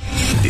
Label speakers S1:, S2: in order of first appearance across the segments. S1: The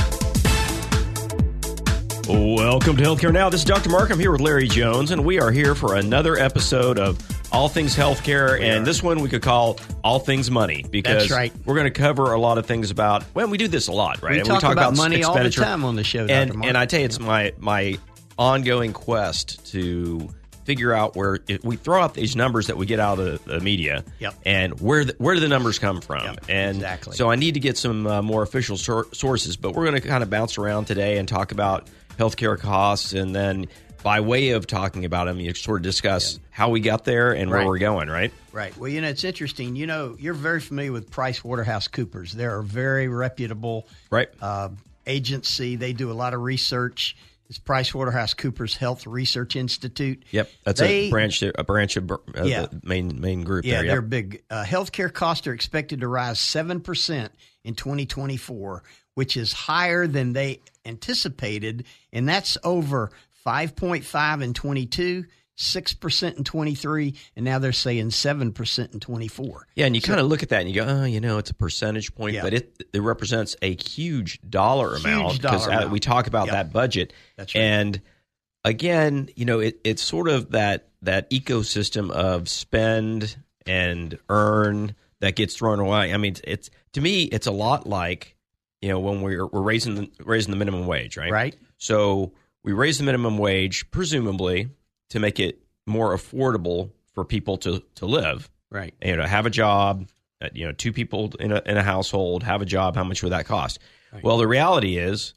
S2: Welcome to Healthcare Now. This is Dr. Mark. I'm here with Larry Jones, and we are here for another episode of All Things Healthcare. and this one we could call All Things Money because
S3: That's right.
S2: we're going to cover a lot of things about. Well, we do this a lot, right?
S3: We
S2: And
S3: talk about money all the
S2: expenditure.
S3: time on the show, Dr.
S2: And,
S3: Mark.
S2: and I tell you, it's my my ongoing quest to figure out where if we throw out these numbers that we get out of the, the media,
S3: Yep.
S2: and where the, where do the numbers come from?
S3: Yep,
S2: and
S3: exactly.
S2: so I need to get some uh, more official sor- sources, but we're going to kind of bounce around today and talk about healthcare costs, and then by way of talking about them, you sort of discuss how we got there and where
S3: Right.
S2: we're going, right?
S3: Right. Well, you know, it's interesting. You know, you're very familiar with Price Waterhouse Coopers. They're a very reputable
S2: Right.
S3: uh, agency. They do a lot of research. It's Price Waterhouse Coopers Health Research Institute.
S2: Yep, that's
S3: They-
S2: a branch, a branch of uh,
S3: Yeah.
S2: the main main group.
S3: Yeah,
S2: there,
S3: they're
S2: yep.
S3: big. Uh, healthcare costs are expected to rise 7% in 2024, which is higher than they anticipated. And that's over 5.5 in 22, 6% in 23, and now they're saying 7% in 24.
S2: Yeah, and you kind of look at that and you go, oh, you know, it's a percentage point,
S3: Yeah.
S2: but it, it represents a huge dollar
S3: Huge
S2: amount
S3: dollar
S2: uh,
S3: amount.
S2: we talk about
S3: Yep.
S2: that budget.
S3: That's right.
S2: And again, you know, it, it's sort of that that ecosystem of spend and earn that gets thrown away. I mean, it's, it's to me, it's a lot like you know when we're we're raising the, raising the minimum wage, right?
S3: Right.
S2: So we raise the minimum wage, presumably, to make it more affordable for people to to live
S3: Right.
S2: you know have a job uh, you know two people in a, in a household have a job how much would that cost well the reality is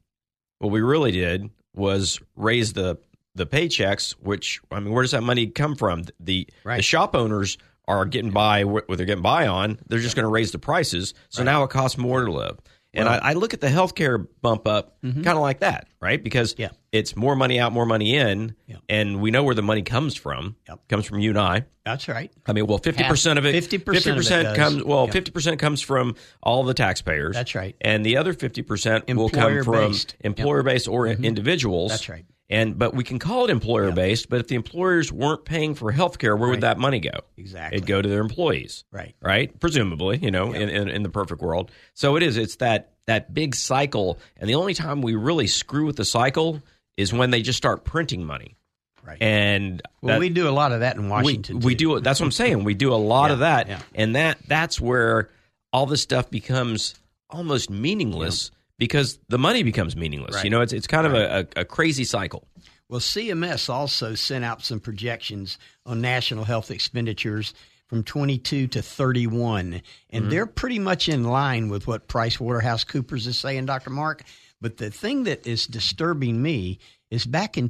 S2: what we really did was raise the the paychecks which i mean where does that money come from the the
S3: Right.
S2: shop owners are getting by wh- what they're getting by on they're just going to raise the prices so now it costs more to live and I, I look at the healthcare bump up kind of like that, right? Because
S3: Mm-hmm. Yeah.
S2: it's more money out, more money in,
S3: Yeah.
S2: and we know where the money comes from.
S3: Yep.
S2: Comes from you and I.
S3: That's right.
S2: I mean, well, fifty percent of it,
S3: 50% of it does.
S2: comes. Well,
S3: Yeah.
S2: fifty percent comes from all the taxpayers.
S3: That's right.
S2: And the other fifty percent will come from
S3: Employer-based. Yep. Mm-hmm.
S2: employer-based or individuals.
S3: That's right.
S2: And but we can call it employer-based. But if the employers weren't paying for health care, where would that money go?
S3: Exactly.
S2: it'd go to their employees.
S3: Right.
S2: Right. Presumably, you know, in, in in the perfect world. So it is. It's that that big cycle. And the only time we really screw with the cycle is when they just start printing money.
S3: Right.
S2: And
S3: well,
S2: that-
S3: we do a lot of that in Washington.
S2: we, we
S3: too.
S2: do. That's what I'm saying. We do a lot of that,
S3: yeah.
S2: and that that's where all this stuff becomes almost meaningless because the money becomes meaningless. You
S3: Right.
S2: know, it's it's kind of a, a, a crazy cycle.
S3: Well, CMS also sent out some projections on national health expenditures from 22 to 31, and
S2: Mm-hmm.
S3: they're pretty much in line with what Price Waterhouse Coopers is saying, Dr. Mark. But the thing that is disturbing me is back in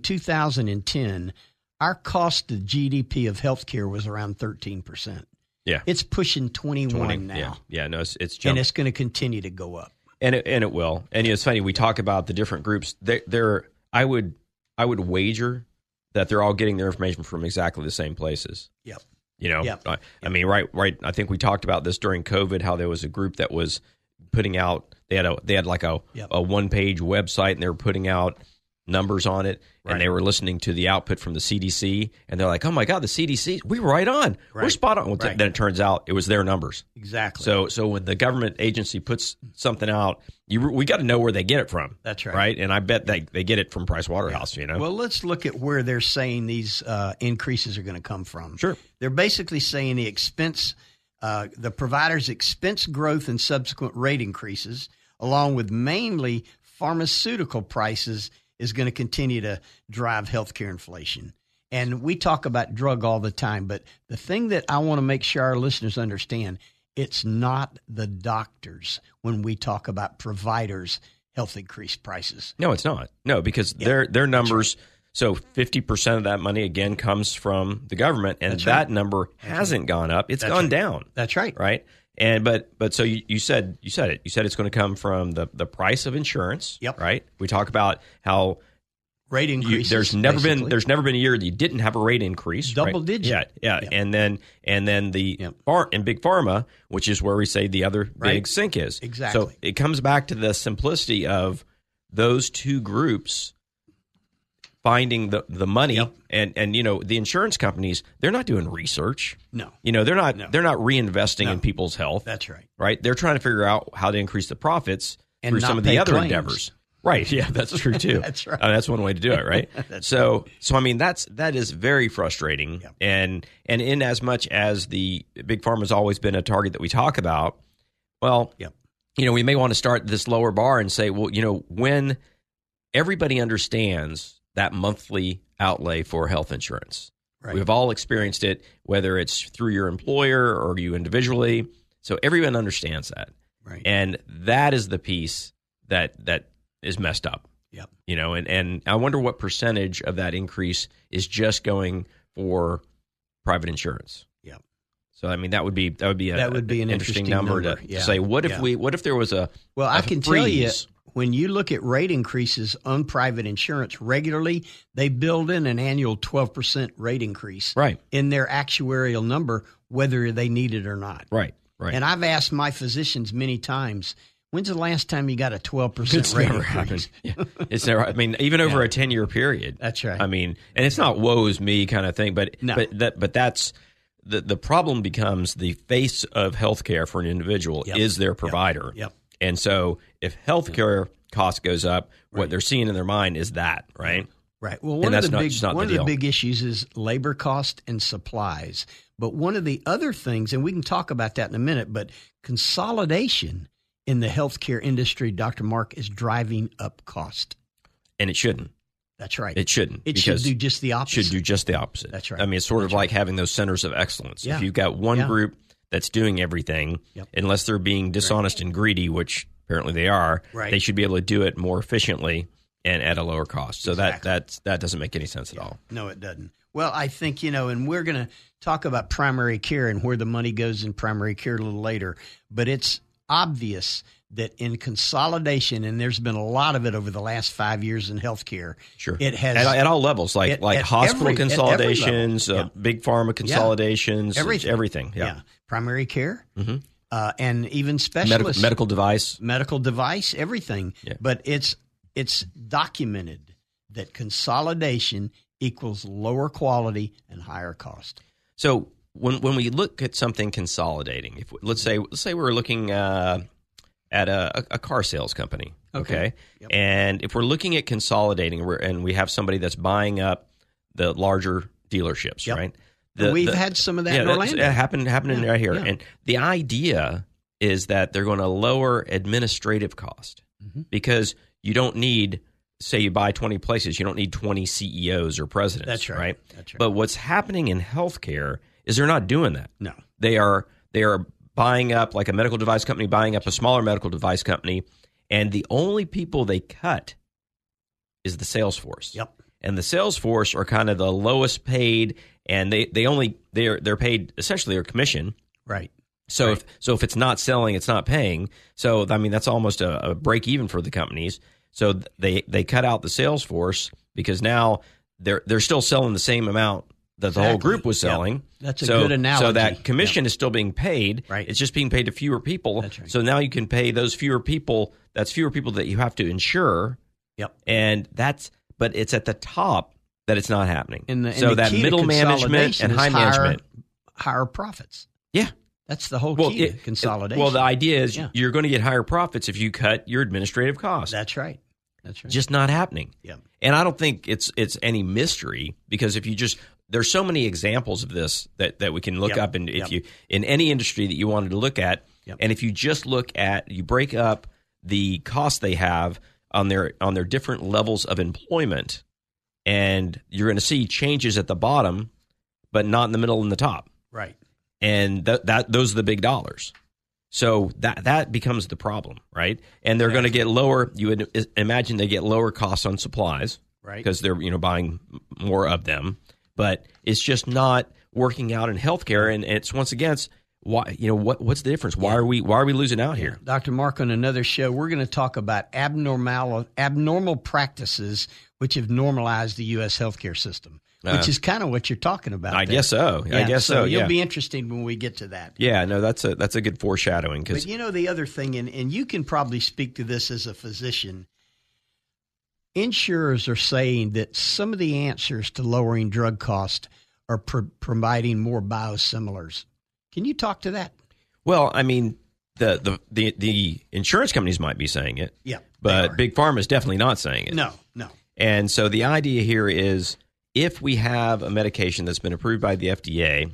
S3: 2010, our cost to GDP of healthcare was around 13%.
S2: Yeah,
S3: It's pushing 21 now,
S2: Yeah, yeah. No, it's it's
S3: and
S2: jumped.
S3: it's going to continue to go up.
S2: and it, and it will. And you know, it's funny we talk about the different groups. They, they're I would I would wager that they're all getting their information from exactly the same places.
S3: Yep.
S2: You know,
S3: Yep.
S2: I, I mean, right, right. I think we talked about this during COVID. How there was a group that was putting out they had a they had like a
S3: Yep.
S2: a one page website and they were putting out numbers on it
S3: Right.
S2: and they were listening to the output from the CDC and they're like, oh my god, the CDC, we were right on, we're
S3: Right.
S2: spot on. Well, th-
S3: Right.
S2: Then it turns out it was their numbers.
S3: Exactly.
S2: So so when the government agency puts something out, you we got to know where they get it from.
S3: That's right.
S2: Right, and I bet they they get it from Price Waterhouse. You know,
S3: Well, let's look at where they're saying these uh, increases are going to come from.
S2: Sure.
S3: They're basically saying the expense, uh, the provider's expense growth and subsequent rate increases, along with mainly pharmaceutical prices, is going to continue to drive healthcare inflation. And we talk about drug all the time, but the thing that I want to make sure our listeners understand it's not the doctors when we talk about providers' health increased prices.
S2: No, it's not. No, because their their numbers. So fifty percent of that money again comes from the government, and
S3: That's right.
S2: that number hasn't gone up. It's gone down.
S3: That's right.
S2: right? And but but so you, you said you said it. You said it's going to come from the the price of insurance.
S3: Yep.
S2: Right. We talk about how
S3: Rate
S2: you,
S3: increases.
S2: there's never been
S3: basically.
S2: there's never been a year that you didn't have a rate increase. right?
S3: Double digit.
S2: Yeah, yeah.
S3: Yeah.
S2: And then and then the
S3: Yep.
S2: far and big pharma, which is where we say the other
S3: Right.
S2: big sink is. So
S3: Exactly.
S2: it comes back to the simplicity of those two groups finding the, the money
S3: Yep.
S2: and and you know the insurance companies they're not doing research
S3: No.
S2: you know they're not
S3: No.
S2: they're not reinvesting
S3: No.
S2: in people's health
S3: That's right.
S2: right? They're trying to figure out how to increase the profits
S3: And
S2: through
S3: not
S2: some of the
S3: pay
S2: other
S3: claims.
S2: endeavors. Right. Yeah, that's true too.
S3: That's right.
S2: Uh, that's one way to do it, right? so, so I mean, that's that is very frustrating,
S3: Yep.
S2: and and in as much as the big farm has always been a target that we talk about, well,
S3: Yep.
S2: you know, we may want to start this lower bar and say, well, you know, when everybody understands that monthly outlay for health insurance,
S3: Right.
S2: We've all experienced it, whether it's through your employer or you individually. So everyone understands that.
S3: Right.
S2: And that is the piece that that is messed up.
S3: Yep.
S2: You know, and, and I wonder what percentage of that increase is just going for private insurance.
S3: Yep.
S2: So I mean that would be that would be a,
S3: That would be an interesting number,
S2: to,
S3: yeah.
S2: say what if
S3: Yeah.
S2: we what if there was a
S3: Well,
S2: I
S3: I can tell you
S2: freeze.
S3: when you look at rate increases on private insurance regularly, they build in an annual 12% rate increase
S2: Right.
S3: in their actuarial number, whether they need it or not.
S2: Right. Right.
S3: And I've asked my physicians many times, when's the last time you got a 12%
S2: It's
S3: rate
S2: never
S3: increase?
S2: happened. Yeah. It's never. I mean, even over a ten-year period.
S3: That's right.
S2: I mean, and it's not woes me kind of thing, but
S3: No.
S2: but that but that's the the problem becomes the face of healthcare for an individual
S3: Yep.
S2: is their provider.
S3: Yep.
S2: And so, if healthcare cost goes up, what they're seeing in their mind is that right.
S3: Right. Well, one
S2: that's
S3: of the
S2: not-
S3: big
S2: just not
S3: one
S2: the
S3: of the
S2: deal.
S3: big issues is labor cost and supplies. But one of the other things, and we can talk about that in a minute, but consolidation in the healthcare industry, Dr. Mark, is driving up cost.
S2: And it shouldn't.
S3: That's right.
S2: It shouldn't.
S3: It should
S2: because
S3: do just the
S2: it should
S3: opposite.
S2: do just the opposite.
S3: That's right.
S2: I mean, it's sort of like having those centers of excellence.
S3: Yeah.
S2: If you've got one
S3: Yeah.
S2: group that's doing everything,
S3: Yep.
S2: unless they're being dishonest and greedy, which apparently they are,
S3: Right.
S2: they should be able to do it more efficiently and at a lower cost. So
S3: Exactly.
S2: that that's, that doesn't make any sense at all.
S3: No, it doesn't. Well, I think, you know, and we're going to talk about primary care and where the money goes in primary care a little later, but it's obvious that in consolidation, and there's been a lot of it over the last five years in healthcare,
S2: Sure.
S3: it has
S2: at, at all levels, like
S3: at-
S2: like
S3: at
S2: hospital
S3: every- at every level.
S2: consolidations, uh, big pharma consolidations,
S3: everything.
S2: everything. Yeah. Mm-hmm.
S3: Primary care uh, and even specialists.
S2: Medical, medical device.
S3: medical device, everything.
S2: Yeah.
S3: But it's it's documented that consolidation equals lower quality and higher cost.
S2: So when when we look at something consolidating, if let's say let's say we're looking uh, at a, a- a car sales company, okay, and if we're looking at consolidating, we're, and we have somebody that's buying up the larger dealerships,
S3: Yep.
S2: right?
S3: And we've had some of that in
S2: that's-
S3: Orlando.
S2: It happened happening
S3: Yeah,
S2: right here,
S3: yeah.
S2: and the idea is that they're going to lower administrative cost
S3: Mm-hmm.
S2: because you don't need. Say you buy 20 places, you don't need 20 CEOs or presidents.
S3: That's right.
S2: right?
S3: That's right.
S2: But what's happening in healthcare is they're not doing that.
S3: No.
S2: They are they are buying up like a medical device company buying up a smaller medical device company and the only people they cut is the sales force.
S3: Yep.
S2: And the sales force are kind of the lowest paid and they they only they're they're paid essentially their commission.
S3: Right.
S2: So if so if it's not selling, it's not paying. So I mean that's almost a, a break even for the companies. So th- they they cut out the sales force because now they're they're still selling the same amount that the whole
S3: Exactly.
S2: group was
S3: Yeah.
S2: selling.
S3: That's a
S2: so,
S3: good
S2: So
S3: analogy.
S2: that commission is still being paid.
S3: Right.
S2: It's just being paid to fewer people.
S3: That's right.
S2: So now you can pay those fewer people. That's fewer people that you have to insure,
S3: Yep.
S2: and that's but it's at the top that it's not happening.
S3: And the, and
S2: so
S3: the
S2: that
S3: key to
S2: middle management
S3: consolidation
S2: and
S3: is
S2: high
S3: higher,
S2: management.
S3: higher profits.
S2: Yeah.
S3: That's the whole key to
S2: it-
S3: consolidation.
S2: Well, the idea is
S3: Yeah.
S2: you're going to get higher profits if you cut your administrative costs.
S3: that's right. That's right.
S2: just not happening.
S3: Yep.
S2: And I don't think it's it's any mystery because if you just there's so many examples of this that, that we can look
S3: Yep.
S2: up and if
S3: Yep.
S2: you in any industry that you wanted to look at
S3: Yep.
S2: and if you just look at you break up the costs they have on their on their different levels of employment and you're going to see changes at the bottom, but not in the middle and the top.
S3: Right.
S2: And that that those are the big dollars. So that that becomes the problem, right? And they're going to get lower. You would i- imagine they get lower costs on supplies,
S3: Right.
S2: Because they're you know buying m- more of them, but it's just not working out in healthcare. And it's once again, it's why you know what what's the difference? Why are we why are we losing out here?
S3: Dr. Mark, on another show, we're going to talk about abnormal abnormal practices which have normalized the U.S. healthcare system, which is kind of what you're talking about.
S2: Uh, I
S3: there.
S2: guess so. I
S3: Yeah,
S2: guess so.
S3: You'll
S2: yeah.
S3: be interested when we get to that.
S2: yeah. No, that's a that's a good foreshadowing
S3: But
S2: because
S3: you know the other thing, and, and you can probably speak to this as a physician. Insurers are saying that some of the answers to lowering drug costs are pro- providing more biosimilars. Can you talk to that?
S2: well, I mean the, the the the insurance companies might be saying it,
S3: Yeah, they are.
S2: but big pharma is definitely not saying it.
S3: No, no.
S2: And so the idea here is if we have a medication that's been approved by the FDA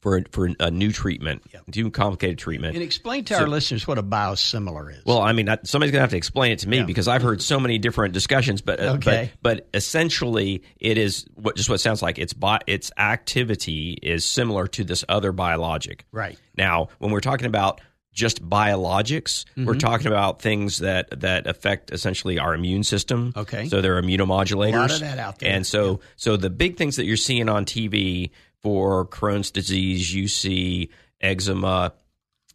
S2: for for a new treatment, new complicated treatment.
S3: And explain to our listeners what a biosimilar is.
S2: well, I mean, I- somebody's going to have to explain it to me
S3: Yeah.
S2: because I've heard so many different discussions, but, uh,
S3: Okay.
S2: but but essentially it is what just what it sounds like. It's bi- its activity is similar to this other biologic.
S3: right.
S2: Now, when we're talking about just biologics,
S3: Mm-hmm.
S2: we're talking about things that that affect essentially our immune system.
S3: Okay.
S2: so they're immunomodulators.
S3: A lot of that out there.
S2: And so, so the big things that you're seeing on TV for Crohn's disease, UC, eczema,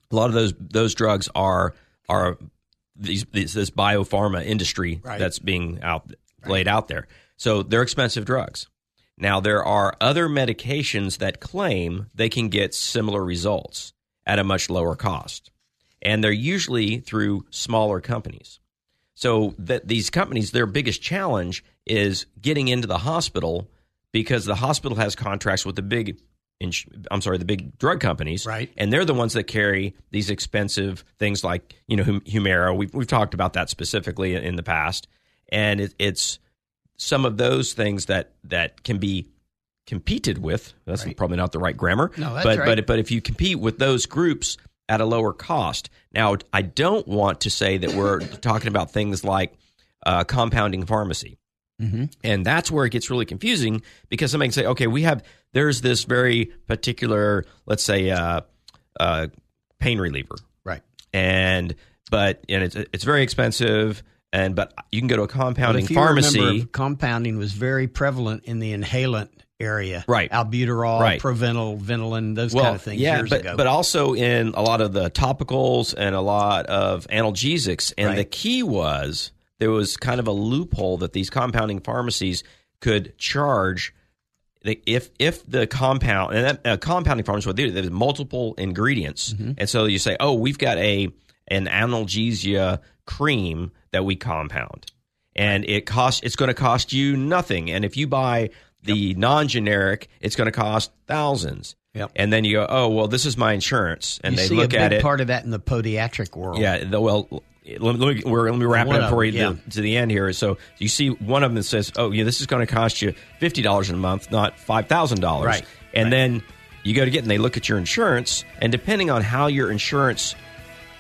S2: a lot of those those drugs are are these, these this biopharma industry
S3: Right.
S2: that's being out laid out there. So they're expensive drugs. Now there are other medications that claim they can get similar results at a much lower cost. And they're usually through smaller companies. So that these companies, their biggest challenge is getting into the hospital because the hospital has contracts with the big, ins- I'm sorry, the big drug companies,
S3: Right.
S2: And they're the ones that carry these expensive things like you know Hum- Humira. We've we've talked about that specifically in the past, and it, it's some of those things that that can be competed with. That's probably not the right grammar.
S3: No, that's
S2: but
S3: right.
S2: but but if you compete with those groups at a lower cost, now I don't want to say that we're talking about things like uh, compounding pharmacy.
S3: Mm-hmm.
S2: And that's where it gets really confusing because somebody can say, okay, we have, there's this very particular, let's say, uh, uh, pain reliever.
S3: Right.
S2: And, but, and it's, it's very expensive. And, but you can go to a compounding
S3: If you
S2: pharmacy.
S3: remember, compounding was very prevalent in the inhalant area.
S2: Right.
S3: Albuterol,
S2: Right.
S3: Provenal, Ventolin, those kind of things
S2: Yeah,
S3: years
S2: but,
S3: ago.
S2: but also in a lot of the topicals and a lot of analgesics. And
S3: Right.
S2: the key was there was kind of a loophole that these compounding pharmacies could charge the- if if the compound and that, a compounding pharmacy what they do there's multiple ingredients
S3: Mm-hmm.
S2: and so you say oh we've got a an analgesia cream that we compound and it costs it's going to cost you nothing and if you buy the non-generic it's going to cost thousands
S3: Yep.
S2: and then you go oh well this is my insurance and
S3: you
S2: they
S3: see
S2: look
S3: a big
S2: at it
S3: part of that in the podiatric world.
S2: yeah. The, well, let, me- let me we're, let me wrap
S3: One
S2: it up
S3: of
S2: for you
S3: them,
S2: to, to the end here. So you see, one of them says, "Oh, yeah, this is going to cost you fifty dollars a month, not five thousand dollars."
S3: Right,
S2: And then you go to get, and they look at your insurance, and depending on how your insurance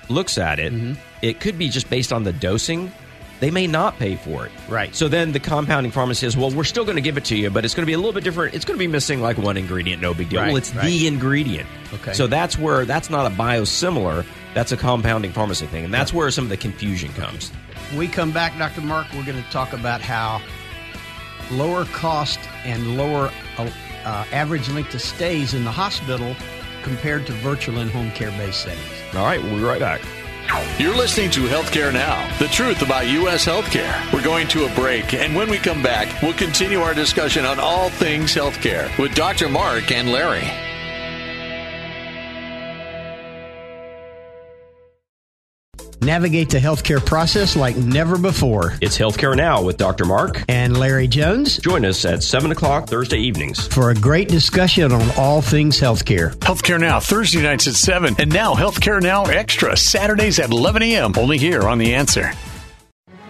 S2: looks at it,
S3: Mm-hmm.
S2: it could be just based on the dosing. They may not pay for it.
S3: Right.
S2: So then the compounding pharmacy says, well, we're still going to give it to you, but it's going to be a little bit different. It's going to be missing like one ingredient, no big deal.
S3: Right,
S2: well, it's
S3: right.
S2: the ingredient.
S3: Okay.
S2: So that's where that's not a biosimilar, that's a compounding pharmacy thing. And that's where some of the confusion comes.
S3: When we come back, Dr. Mark, we're going to talk about how lower cost and lower uh, uh, average length of stays in the hospital compared to virtual and home care based settings.
S2: All right, we'll be right back.
S4: You're listening to Healthcare Now, the truth about U.S. healthcare. We're going to a break, and when we come back, we'll continue our discussion on all things healthcare with Dr. Mark and Larry.
S3: Navigate the healthcare process like never before.
S2: It's Healthcare Now with Dr. Mark.
S3: And Larry Jones
S2: Join us at 7 o'clock Thursday evenings.
S3: for a great discussion on all things healthcare.
S4: Healthcare Now, Thursday nights at 7, and now Healthcare Now Extra, Saturdays at 11 a.m., only here on The Answer.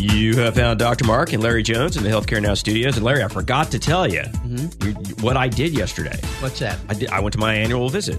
S2: You have found Dr. Mark and Larry Jones in the Healthcare Now studios. And Larry, I forgot to tell you, you- what I did yesterday.
S3: What's that?
S2: I, did, I went to my annual visit.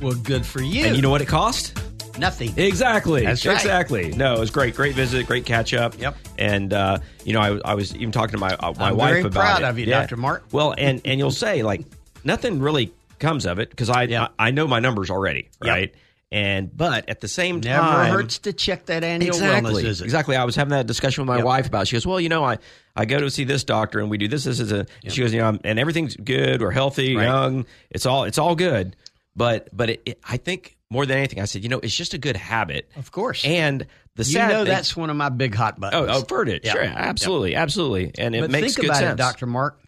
S3: Well, good for you.
S2: And you know what it cost?
S3: nothing.
S2: Exactly.
S3: That's right.
S2: Exactly. No, it was great. Great visit. Great catch up.
S3: Yep.
S2: And uh, you know, I, I was even talking to my uh, my
S3: I'm
S2: wife
S3: very
S2: about
S3: proud
S2: it.
S3: of you, Dr. Mark.
S2: Well, and and you'll say like nothing really comes of it because I,
S3: Yeah.
S2: I I know my numbers already,
S3: Yep.
S2: right? And but at the same
S3: Never
S2: time,
S3: hurts to check that annual
S2: exactly
S3: wellness visit.
S2: exactly. I was having that discussion with my wife about. it. She goes, "Well, you know, I I go to see this doctor and we do this. This is a." She goes, "You know, I'm, and everything's good. We're healthy, young. It's all it's all good." But but it, it, I think more than anything, I said, you know, it's just a good habit.
S3: Of course.
S2: And the
S3: You
S2: sad
S3: know
S2: thing-
S3: that's one of my big hot buttons.
S2: oh, oh, for it.
S3: Yeah.
S2: Sure,
S3: Yeah.
S2: absolutely, absolutely, and it
S3: but
S2: makes
S3: think
S2: good
S3: about
S2: sense,
S3: it, Dr. Mark.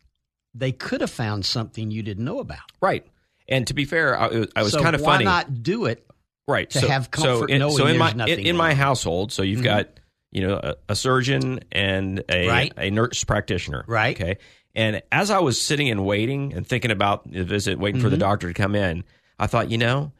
S3: They could have found something you didn't know about.
S2: Right. And to be fair, I, I was
S3: so
S2: kind of
S3: why
S2: funny.
S3: not do it?
S2: right
S3: to have
S2: so
S3: comfort
S2: in,
S3: knowing
S2: so in my
S3: there's
S2: in,
S3: nothing
S2: in
S3: wrong. Mm-hmm.
S2: my household so you've got you know a, a surgeon and a
S3: Right.
S2: a nurse practitioner
S3: Right.
S2: okay and as i was sitting and waiting and thinking about the visit waiting
S3: Mm-hmm.
S2: for the doctor to come in i thought you know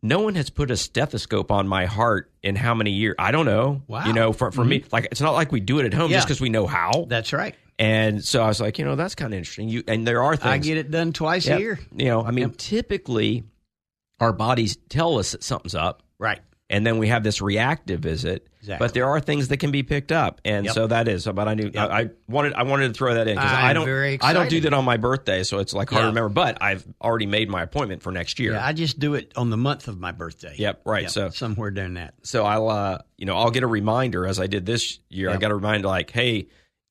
S2: no one has put a stethoscope on my heart in how many years i don't know
S3: Wow. Mm-hmm.
S2: you know for, for me like it's not like we do it at home just
S3: Yeah.
S2: because we know how
S3: That's right.
S2: and so i was like you know that's kind of interesting you and there are things
S3: I get it done twice
S2: yeah,
S3: a year.
S2: you know i mean typically our bodies tell us that something's up
S3: Right.
S2: and then we have this reactive visit.
S3: Exactly.
S2: But there are things that can be picked up, and
S3: Yep.
S2: so that is. But I knew I, I wanted I wanted to throw that in because I
S3: I'm
S2: don't
S3: very
S2: I don't do
S3: excited.
S2: that on my birthday, so it's like hard to
S3: Yeah.
S2: remember. But I've already made my appointment for next year.
S3: Yeah, I just do it on the month of my birthday.
S2: Yep, right, so-
S3: somewhere doing that.
S2: so I'll uh, you know I'll get a reminder as I did this year. I
S3: Yep.
S2: got a reminder like, hey,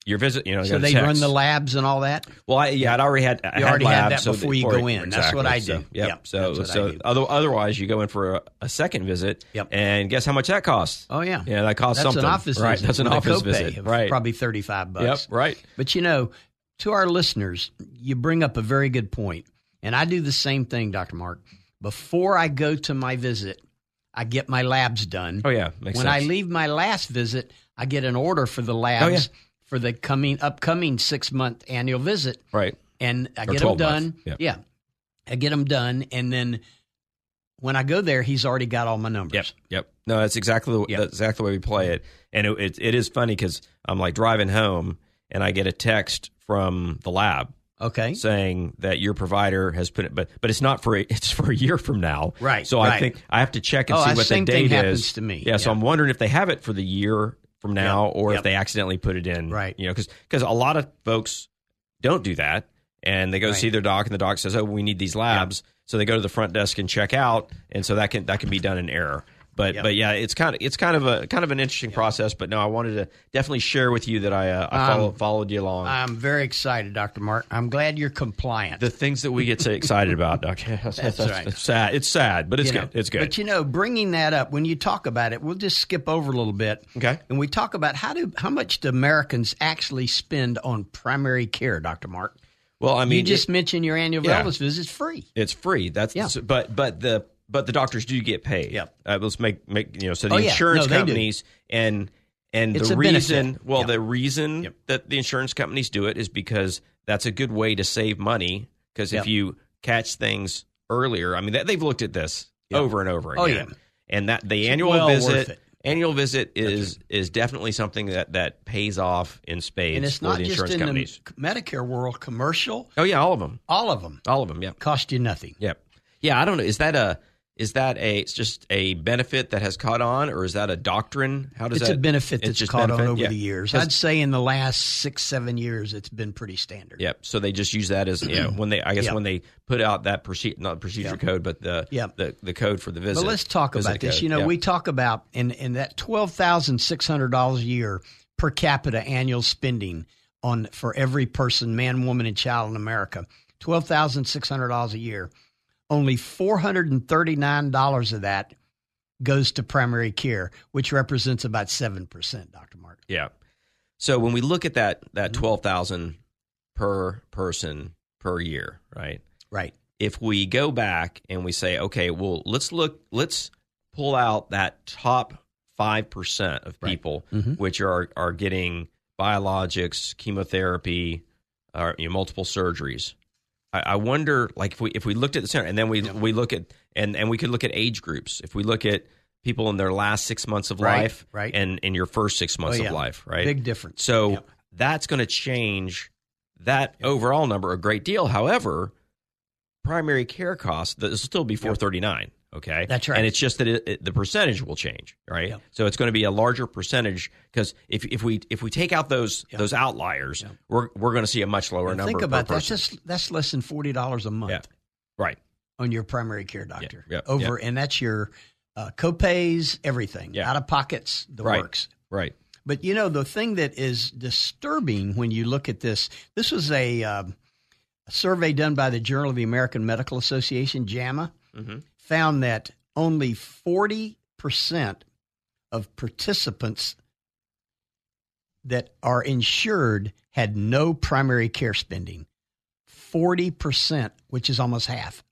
S2: your visit. You know, I
S3: So
S2: got a
S3: they
S2: text.
S3: run the labs and all that.
S2: Well, I, yeah, I'd already had. I
S3: You already
S2: labs,
S3: had that
S2: so
S3: before you
S2: before-
S3: go in. That's what I do.
S2: So, yep.
S3: Yep,
S2: So
S3: that's what I
S2: so
S3: do.
S2: other, otherwise you go in for a, a second visit.
S3: Yep.
S2: And guess how much that costs?
S3: Oh yeah,
S2: Yeah, that costs
S3: that's
S2: something.
S3: an office
S2: right.
S3: visit.
S2: That's an
S3: with a
S2: office
S3: copay
S2: visit.
S3: of
S2: Right.
S3: probably thirty five
S2: Yep.
S3: bucks.
S2: Right.
S3: But you know, to our listeners, you bring up a very good point, and I do the same thing, Doctor Mark. Before I go to my visit, I get my labs done.
S2: Oh yeah, makes sense.
S3: when
S2: Oh,
S3: I leave my last visit, I get an order for the labs for the coming upcoming six month annual visit,
S2: right.
S3: and I
S2: Or
S3: get
S2: 12
S3: them
S2: month,
S3: done.
S2: yeah.
S3: Yeah, I get them done, and then when I go there, he's already got all my numbers.
S2: Yep. Yep. No, that's exactly the,
S3: Yep.
S2: that's exactly the way we play it, and it it, it is funny because I'm like driving home and I get a text from the lab
S3: Okay.
S2: saying that your provider has put it, but but it's not for a- it's for a year from now,
S3: Right,
S2: So I
S3: right.
S2: think I have to check and
S3: Oh,
S2: see
S3: that
S2: what
S3: same
S2: the
S3: thing
S2: date
S3: happens
S2: is.
S3: to me.
S2: Yeah, So
S3: Yeah.
S2: I'm wondering if they have it for the year from now, or if
S3: Yep.
S2: they accidentally put it in,
S3: Right.
S2: You know, because a lot of folks don't do that, and they go
S3: Right.
S2: see their doc, and the doc says, "Oh, we need these labs," so they go to the front desk and check out, and so that can that can be done in error. But but yeah, it's kind of it's kind of a kind of an interesting process. But no, I wanted to definitely share with you that I uh,
S3: Um,
S2: I follow, followed you along.
S3: I'm very excited, Doctor Mark. I'm glad you're compliant.
S2: the things that we get so excited about, Doctor. That's,
S3: right.
S2: it's sad. It's sad, but it's
S3: you know.
S2: good. It's good.
S3: But you know, bringing that up when you talk about it, we'll just skip over a little bit.
S2: Okay.
S3: And we talk about how do how much do Americans actually spend on primary care, Doctor Mark?
S2: well, I mean,
S3: you just mentioned your annual
S2: Yeah.
S3: wellness visit is free.
S2: it- it's free. That's
S3: Yeah.
S2: But but the but the doctors do get paid.
S3: Yep.
S2: Uh, let's make make you know so the
S3: Oh, yeah.
S2: insurance
S3: No, they do.
S2: companies and and
S3: It's
S2: the
S3: a benefit.
S2: reason well
S3: Yep.
S2: the reason
S3: Yep.
S2: that the insurance companies do it is because that's a good way to save money because
S3: Yep.
S2: if you catch things earlier, I mean that, they've looked at this over and over again.
S3: Oh, yeah.
S2: And that the annual
S3: well worth
S2: visit
S3: it.
S2: annual visit is is definitely something that that pays off in spades
S3: And it's
S2: for
S3: not
S2: the
S3: just
S2: insurance
S3: in
S2: companies.
S3: the Medicare world, commercial,
S2: Oh yeah, all of them.
S3: all of them
S2: All of them. Yep.
S3: cost you nothing.
S2: Yep. Yeah. I don't know. Is that a is that a it's just a benefit that has caught on, or is that a doctrine? How does
S3: It's
S2: that?
S3: a benefit
S2: it's
S3: that's
S2: just
S3: caught
S2: benefit?
S3: on over
S2: Yeah.
S3: the years.
S2: That's-
S3: I'd say in the last six, seven years, it's been pretty standard.
S2: Yep. So they just use that as yeah when they I guess
S3: Yeah.
S2: when they put out that procedure not procedure code but the,
S3: Yeah.
S2: the the code for the visit.
S3: But let's talk
S2: visit
S3: about this.
S2: code.
S3: You know,
S2: Yeah.
S3: we talk about in in that twelve thousand six hundred dollars a year per capita annual spending on for every person, man, woman, and child in America. Twelve thousand six hundred dollars a year. Only four hundred and thirty nine dollars of that goes to primary care, which represents about seven percent, Doctor Mark.
S2: yeah. So when we look at that
S3: Mm-hmm.
S2: that twelve thousand per person per year, right?
S3: Right.
S2: if we go back and we say, okay, well, let's look, let's pull out that top 5% of people,
S3: Mm-hmm.
S2: which are, are getting biologics, chemotherapy, or you know, multiple surgeries. I, I wonder, like if we if we looked at the center, and then we we look at and and we could look at age groups. If we look at people in their last six months of
S3: Right,
S2: life,
S3: right. Oh,
S2: and in your first six months
S3: yeah.
S2: of life, right?
S3: Big difference.
S2: So
S3: Yep.
S2: that's going to change that overall number a great deal. However, primary care costs that will still be 439 okay
S3: That's right.
S2: and it's just that it, it- the percentage will change right
S3: Yep.
S2: so it's going to be a larger percentage because if, if we if we take out those those outliers we're we're going to see a much lower
S3: And
S2: number
S3: think
S2: per
S3: about that. That's
S2: person.
S3: just that's less than forty dollars a month
S2: yeah right
S3: on your primary care doctor
S2: yeah,
S3: over, and that's your uh, copays, everything,
S2: Yeah.
S3: out of pockets, the
S2: Right.
S3: works.
S2: right
S3: But you know the thing that is disturbing when you look at this. This was a, um, a survey done by the Journal of the American Medical Association (JAMA)
S2: Mm-hmm.
S3: found that only forty percent of participants that are insured had no primary care spending. Forty percent, which is almost half,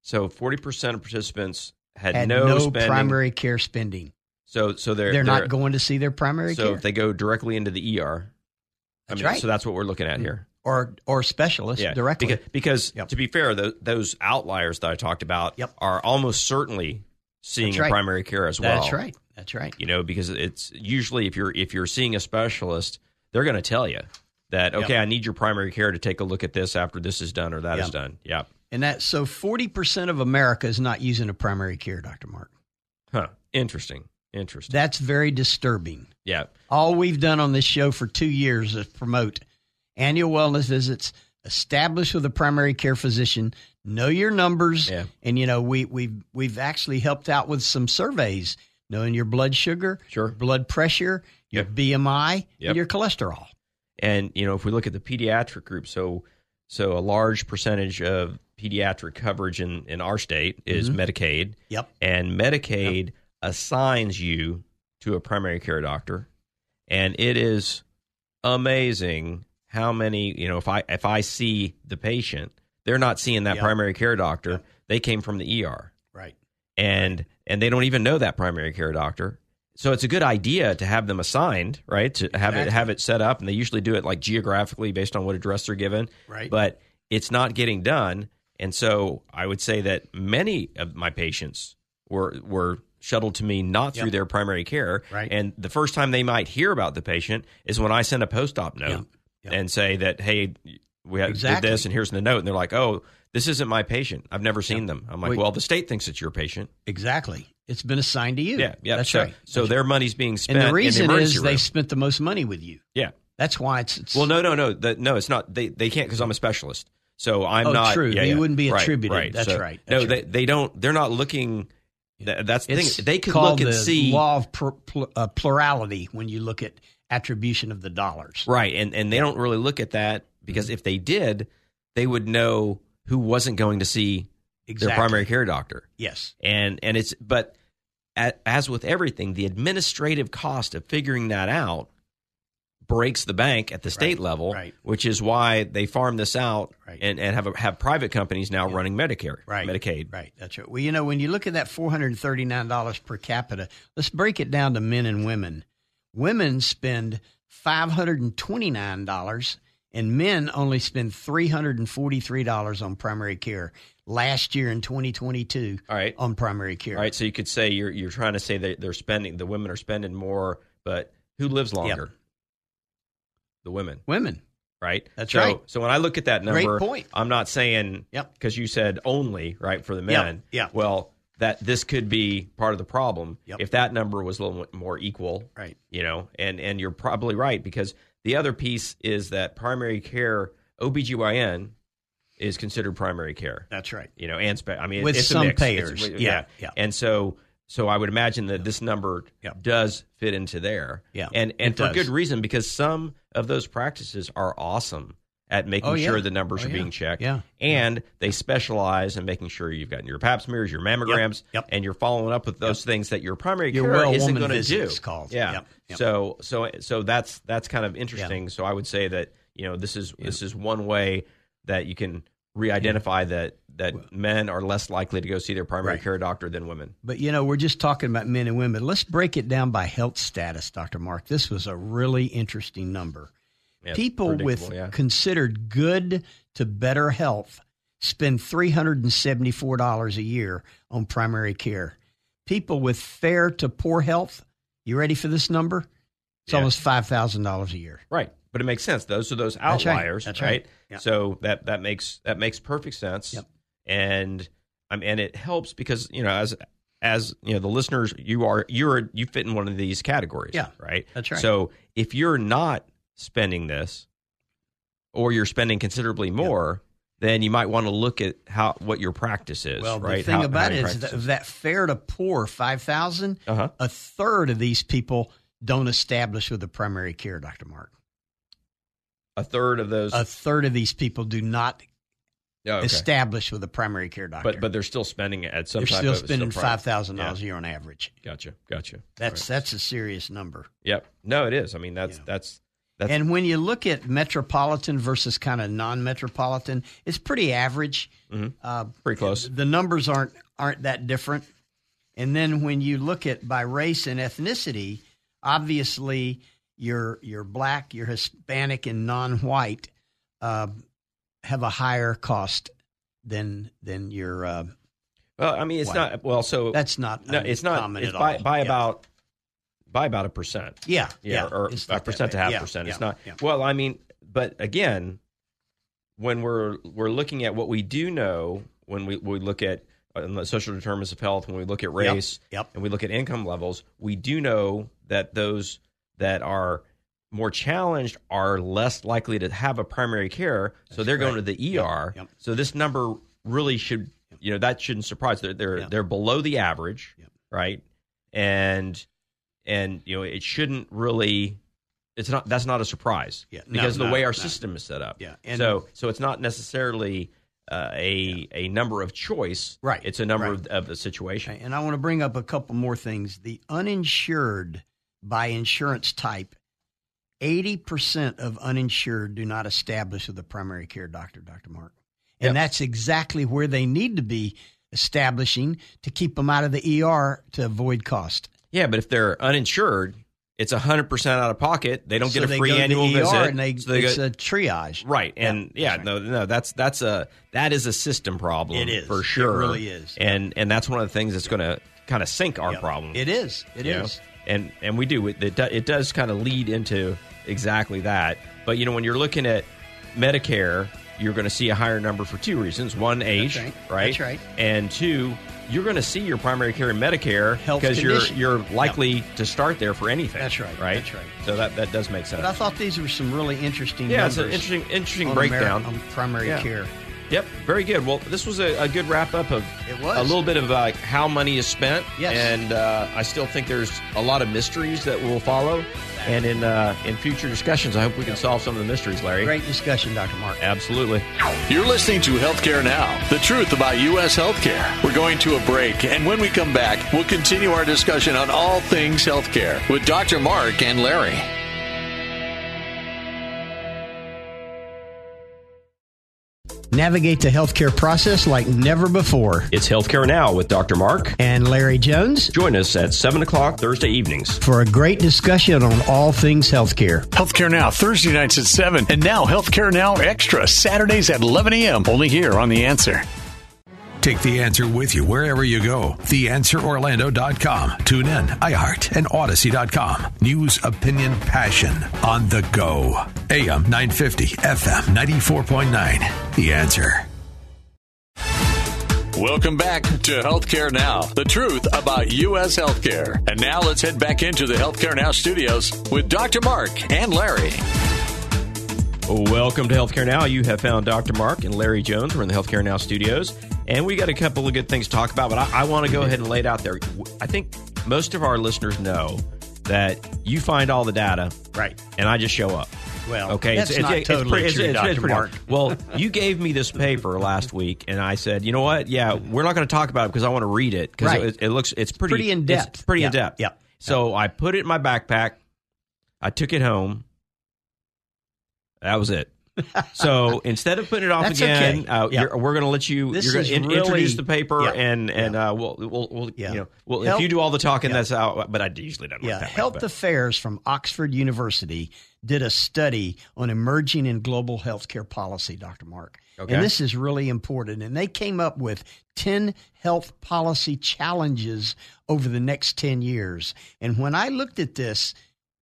S2: so 40% of participants had,
S3: had
S2: no,
S3: no
S2: spending
S3: primary care spending.
S2: so so they're
S3: They're, not going to see their primary
S2: so
S3: care
S2: if they go directly into the er i
S3: That's
S2: mean
S3: right. Mm-hmm.
S2: so that's what we're looking at here
S3: or or specialists directly.
S2: Because, because
S3: Yep.
S2: to be fair, tho- those outliers that I talked about
S3: Yep.
S2: are almost certainly seeing
S3: That's
S2: a
S3: right.
S2: primary care as well.
S3: That's right. That's right.
S2: You know, because it's usually if you're if you're seeing a specialist, they're going to tell you that okay, I need your primary care to take a look at this after this is done or that is
S3: Yep.
S2: done. Yeah.
S3: And that so forty percent of America is not using a primary care, Doctor Mark.
S2: Huh. Interesting. Interesting.
S3: That's very disturbing.
S2: yeah.
S3: All we've done on this show for two years is promote annual wellness visits, established with a primary care physician, know your numbers,
S2: Yeah.
S3: and you know we we've we've actually helped out with some surveys, knowing your blood sugar,
S2: Sure.
S3: blood pressure, your
S2: Yep.
S3: BMI,
S2: Yep.
S3: and your cholesterol.
S2: And you know, if we look at the pediatric group, so so a large percentage of pediatric coverage in in our state is Medicaid.
S3: Yep.
S2: and Medicaid assigns you to a primary care doctor, and it is amazing how many you know. If I if I see the patient, they're not seeing that
S3: Yeah.
S2: primary care doctor. They came from the ER,
S3: Right.
S2: and and they don't even know that primary care doctor. So it's a good idea to have them assigned, right? To have it
S3: Exactly.
S2: have it set up, and they usually do it like geographically based on what address they're given
S3: Right.
S2: but it's not getting done. And so I would say that many of my patients were were shuttled to me not through their primary care.
S3: Right.
S2: And the first time they might hear about the patient is when I send a post op note
S3: Yeah.
S2: and say that, hey, we had,
S3: Exactly.
S2: did this and here's the note. And they're like, oh, this isn't my patient. I've never seen them. I'm like,
S3: Wait.
S2: well, the state thinks it's your patient.
S3: Exactly. It's been assigned to you.
S2: Yeah. Yeah.
S3: That's
S2: so,
S3: right.
S2: So their money's being spent.
S3: and
S2: in
S3: the reason
S2: emergency
S3: is they
S2: room.
S3: spent the most money with you.
S2: Yeah.
S3: That's why it's, it's
S2: Well, no, no, no, the, no. It's not. They they can't because I'm a specialist. So I'm
S3: Oh,
S2: not.
S3: true.
S2: Yeah,
S3: You
S2: yeah.
S3: wouldn't be
S2: Right,
S3: attributed.
S2: Right.
S3: That's
S2: So-
S3: right.
S2: No,
S3: That's
S2: they they don't. They're not looking. th- That's the
S3: it's
S2: thing. They could look
S3: called
S2: and
S3: the
S2: see.
S3: law of pr- pl- uh, plurality when you look at attribution of the dollars.
S2: Right, and and they don't really look at that because
S3: Mm-hmm.
S2: if they did, they would know who wasn't going to see
S3: Exactly.
S2: their primary care doctor.
S3: Yes.
S2: and and it's but a- as with everything the administrative cost of figuring that out breaks the bank at the state level
S3: right.
S2: which is why they farm this out
S3: Right.
S2: and, and have a, have private companies now running medicare
S3: Right.
S2: medicaid
S3: Right. That's right. Well, you know, when you look at that $439 per capita, let's break it down to men and women. Women spend $529 and men only spend $343 on primary care last year in 2022
S2: All right.
S3: on primary care.
S2: all right so you could say you're you're trying to say that they're spending the women are spending more but who lives longer the women
S3: Women.
S2: right
S3: That's
S2: so,
S3: right.
S2: so when i look at that
S3: Great
S2: number
S3: point.
S2: i'm not saying
S3: Yep.
S2: because you said only right for the
S3: Yep,
S2: men
S3: yeah.
S2: well that this could be part of the problem
S3: Yep.
S2: if that number was a little more equal
S3: Right.
S2: you know and and you're probably right because the other piece is that primary care obgyn is considered primary care
S3: That's right.
S2: you know and spe- i mean
S3: With
S2: it's a
S3: some
S2: mix. It's-
S3: payers. Yeah, yeah.
S2: and so so i would imagine that this number
S3: Yeah.
S2: does fit into there
S3: Yeah,
S2: and and
S3: it
S2: for
S3: does.
S2: good reason because some of those practices are awesome at making
S3: Oh, yeah.
S2: sure the numbers
S3: Oh,
S2: are
S3: yeah.
S2: being checked
S3: Yeah.
S2: and they specialize in making sure you've gotten your pap smears your mammograms
S3: Yep.
S2: and you're following up with those things that your primary
S3: Your
S2: care
S3: well
S2: isn't
S3: woman
S2: going to
S3: visit
S2: do
S3: is called.
S2: yeah
S3: Yep, yep.
S2: so so so that's that's kind of interesting so i would say that you know this is this is one way that you can re-identify that that men are less likely to go see their primary
S3: Right.
S2: care doctor than women
S3: But you know, we're just talking about men and women. Let's break it down by health status, Dr. Mark. This was a really interesting number.
S2: it's
S3: People with
S2: predictable, yeah.
S3: considered good to better health spend $374 a year on primary care. People with fair to poor health, you ready for this number? It's
S2: Yeah.
S3: almost $5,000 a year.
S2: Right. But it makes sense. Those are those
S3: That's right.
S2: outliers,
S3: That's
S2: right?
S3: right. Yeah.
S2: So that that makes that makes perfect sense.
S3: Yep.
S2: And um, and it helps because you know as as you know the listeners you are you're you fit in one of these categories.
S3: Yeah.
S2: Right.
S3: That's right.
S2: So if you're not spending this, or you're spending considerably more. Then you might want to look at how what your practice is.
S3: Well,
S2: right?
S3: the thing
S2: How-
S3: about
S2: how
S3: it
S2: you
S3: is
S2: practice
S3: that, that fair to poor 5,000,
S2: Uh-huh.
S3: a third of these people don't establish with a primary care, Dr. Mark.
S2: a third of those.
S3: A third of these people do not
S2: oh, okay.
S3: establish with a primary care doctor.
S2: but but they're still spending at some.
S3: they're
S2: type
S3: still
S2: of-
S3: spending
S2: price.
S3: five thousand dollars a
S2: Yeah.
S3: year on average.
S2: Gotcha, gotcha.
S3: That's that's a serious number.
S2: Yep. No, it is. I mean, that's
S3: Yeah.
S2: that's that's
S3: and when you look at metropolitan versus kind of non-metropolitan, it's pretty average. Uh,
S2: pretty close.
S3: the numbers aren't aren't that different. And then when you look at by race and ethnicity, obviously you're you're black, you're Hispanic, and non-white uh, have a higher cost than than your. Uh,
S2: Well, I mean, it's
S3: Wow.
S2: not. Well, so
S3: that's not
S2: no, it's not.
S3: Common
S2: It's
S3: at
S2: by
S3: all.
S2: by
S3: Yeah.
S2: about by about a percent.
S3: yeah
S2: Yeah, or
S3: It's
S2: a
S3: not that
S2: percent to
S3: bad.
S2: half
S3: Yeah,
S2: percent. It's
S3: yeah,
S2: not.
S3: yeah.
S2: Well, I mean, but again, when we're we're looking at what we do know, when we we look at uh, the social determinants of health, when we look at race,
S3: yep.
S2: and we look at income levels, we do know that those that are more challenged are less likely to have a primary care, so they're going to the ER.
S3: yep.
S2: So this number really should, you know, that shouldn't surprise. They're they're
S3: Yeah.
S2: they're below the average,
S3: Yep.
S2: right? And and you know it shouldn't really. It's not that's not a surprise
S3: Yeah. No,
S2: because the
S3: no,
S2: way our
S3: no.
S2: system is set up.
S3: Yeah. And-
S2: so so it's not necessarily uh, a a number of choice.
S3: Right.
S2: It's a number
S3: Right.
S2: of, of the situation.
S3: Okay, And I want to bring up a couple more things. The uninsured by insurance type, 80% of uninsured do not establish with a primary care doctor, Dr. Mark.
S2: Yep.
S3: And that's exactly where they need to be establishing to keep them out of the ER to avoid cost.
S2: Yeah, but if they're uninsured, it's hundred percent out of pocket. They don't
S3: So
S2: get a
S3: they
S2: free
S3: go to the
S2: annual
S3: ER
S2: visit.
S3: And they,
S2: So they
S3: it's
S2: go-
S3: a triage.
S2: right, and
S3: Yeah,
S2: yeah,
S3: that's
S2: no, no, that's that's a that is a system problem.
S3: It is.
S2: for
S3: It
S2: sure.
S3: really is.
S2: and and that's one of the things that's going to kind of sink our
S3: Yeah.
S2: E problem.
S3: It is. It is.
S2: you know? and and we do it. It, do, it does kind of lead into exactly that. But you know, when you're looking at Medicare, you're going to see a higher number for two reasons: one, age,
S3: right.
S2: right?
S3: That's right.
S2: And two, you're going to see your primary care in Medicare
S3: Health
S2: because you're
S3: condition.
S2: you're likely to start there for anything.
S3: That's right.
S2: Right.
S3: That's right.
S2: So that that does make sense.
S3: But I thought these were some really interesting
S2: yeah, it's
S3: numbers.
S2: an interesting interesting
S3: on
S2: breakdown.
S3: Ameri- on primary
S2: Yeah.
S3: care.
S2: Yep, very good. Well, this was a, a good wrap up of
S3: It was.
S2: a little bit of uh, how money is spent.
S3: Yes.
S2: and uh, I still think there's a lot of mysteries that will follow. And in uh, in future discussions, I hope we can solve some of the mysteries, Larry.
S3: Great discussion, Dr. Mark.
S2: Absolutely.
S4: You're listening to Healthcare Now, the truth about U.S. healthcare. We're going to a break, and when we come back, we'll continue our discussion on all things healthcare with Dr. Mark and Larry.
S3: Navigate the healthcare process like never before.
S2: It's Healthcare Now with Dr. Mark.
S3: And Larry Jones
S2: Join us at seven o'clock Thursday evenings.
S3: for a great discussion on all things healthcare.
S4: Healthcare Now, Thursday nights at 7, and now Healthcare Now Extra, Saturdays at 11 a.m., only here on The Answer.
S1: Take the answer with you wherever you go. TheAnswerOrlando.com. Tune in, iHeart, and Odyssey.com. News, opinion, passion on the go. AM 950, FM 94.9. The answer.
S4: Welcome back to Healthcare Now, the truth about U.S. healthcare. And now let's head back into the Healthcare Now studios with Dr. Mark and Larry.
S2: Welcome to Healthcare Now. You have found Dr. Mark and Larry Jones. We're in the Healthcare Now studios, and we got a couple of good things to talk about. But I, I want to go ahead and lay it out there. I think most of our listeners know that you find all the data,
S3: Right.
S2: and I just show up.
S3: Well,
S2: okay,
S3: that's not totally
S2: pretty-
S3: true, Dr.
S2: pretty-
S3: Mark.
S2: Well, you gave me this paper last week, and I said, you know what? Yeah, we're not going to talk about it because I want to read it because
S3: Right.
S2: it, it looks it's pretty
S3: pretty in
S2: it's
S3: depth.
S2: pretty
S3: Yeah,
S2: in depth.
S3: yeah.
S2: So I put it in my backpack. I took it home. That was it. So instead of putting it off
S3: That's
S2: again,
S3: okay.
S2: uh,
S3: Yeah.
S2: you're, we're going to let you.
S3: This
S2: you're going
S3: is
S2: to in,
S3: really-
S2: introduce the paper,
S3: Yeah.
S2: and and uh, we'll we'll, we'll
S3: Yeah.
S2: you know well
S3: Help-
S2: if you do all the talking, that's how. But I usually don't.
S3: Yeah,
S2: that way,
S3: Health
S2: but-
S3: Affairs from Oxford University did a study on emerging and global healthcare policy, Dr. Mark.
S2: Okay.
S3: And this is really important. And they came up with 10 health policy challenges over the next 10 years. And when I looked at this,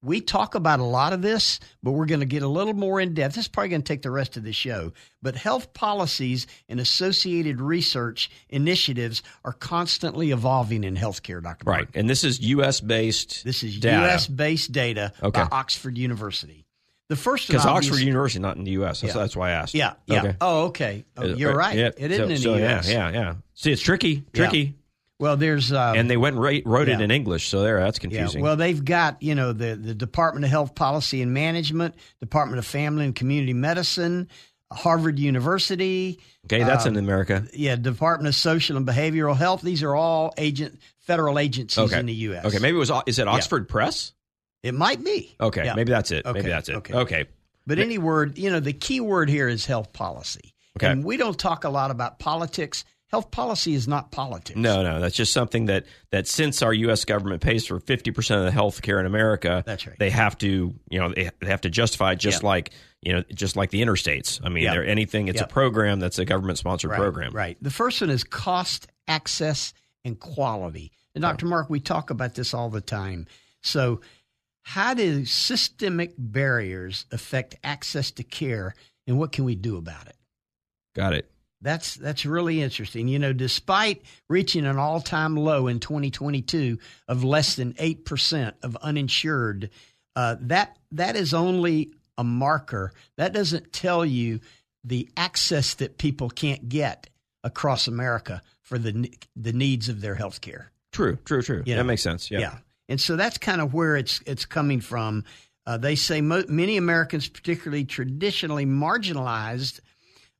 S3: we talk about a lot of this, but we're going to get a little more in depth. This is probably going to take the rest of the show. But health policies and associated research initiatives are constantly evolving in healthcare, Dr. Mark.
S2: right, and this is U.S. based.
S3: This is
S2: data.
S3: U.S. based data
S2: Okay.
S3: by Oxford University. The first and
S2: because
S3: obvious-
S2: Oxford University, not in the U.S. That's,
S3: Yeah.
S2: that's why I asked.
S3: Yeah, yeah.
S2: Okay. Uh,
S3: Oh, okay. Oh, you're right.
S2: Yeah.
S3: It isn't
S2: so,
S3: in
S2: so,
S3: the U.S.
S2: Yeah, yeah, yeah. See, it's tricky, tricky,
S3: Well, there's um,
S2: and they went and wrote- wrote it
S3: yeah.
S2: in English. So there, that's
S3: yeah.
S2: confusing.
S3: Well, they've got you know the the Department of Health Policy and Management, Department of Family and Community Medicine, Harvard University,
S2: okay, that's
S3: um,
S2: in America.
S3: yeah, Department of Social and Behavioral Health. These are all agent federal agencies
S2: Okay.
S3: in the U.S.
S2: Okay, maybe it was. Is it Oxford Press?
S3: it might be.
S2: Okay,
S3: Yeah.
S2: maybe that's it.
S3: Okay,
S2: Maybe that's it.
S3: okay.
S2: okay.
S3: But any word, you know, the key word here is health policy.
S2: Okay.
S3: And we don't talk a lot about politics. Health policy is not politics.
S2: No, no, that's just something that that since our U.S. government pays for fifty percent of the health care in America,
S3: That's right.
S2: They have to, you know, they, they have to justify it just
S3: Yeah.
S2: like you know, just like the interstates. I mean,
S3: Yeah.
S2: they're anything. It's
S3: Yeah.
S2: a program that's a government sponsored
S3: right,
S2: program.
S3: Right. The first one is cost, access, and quality. And Dr. Mark, we talk about this all the time. So, how do systemic barriers affect access to care, and what can we do about it?
S2: Got it.
S3: That's that's really interesting. You know, despite reaching an all-time low in 2022 of less than 8% of uninsured, uh, that that is only a marker. That doesn't tell you the access that people can't get across America for the ne- the needs of their health care.
S2: True. True. True.
S3: You
S2: That
S3: know.
S2: makes sense. Yeah.
S3: And so that's kind of where it's it's coming from. Uh, they say mo- many Americans, particularly traditionally marginalized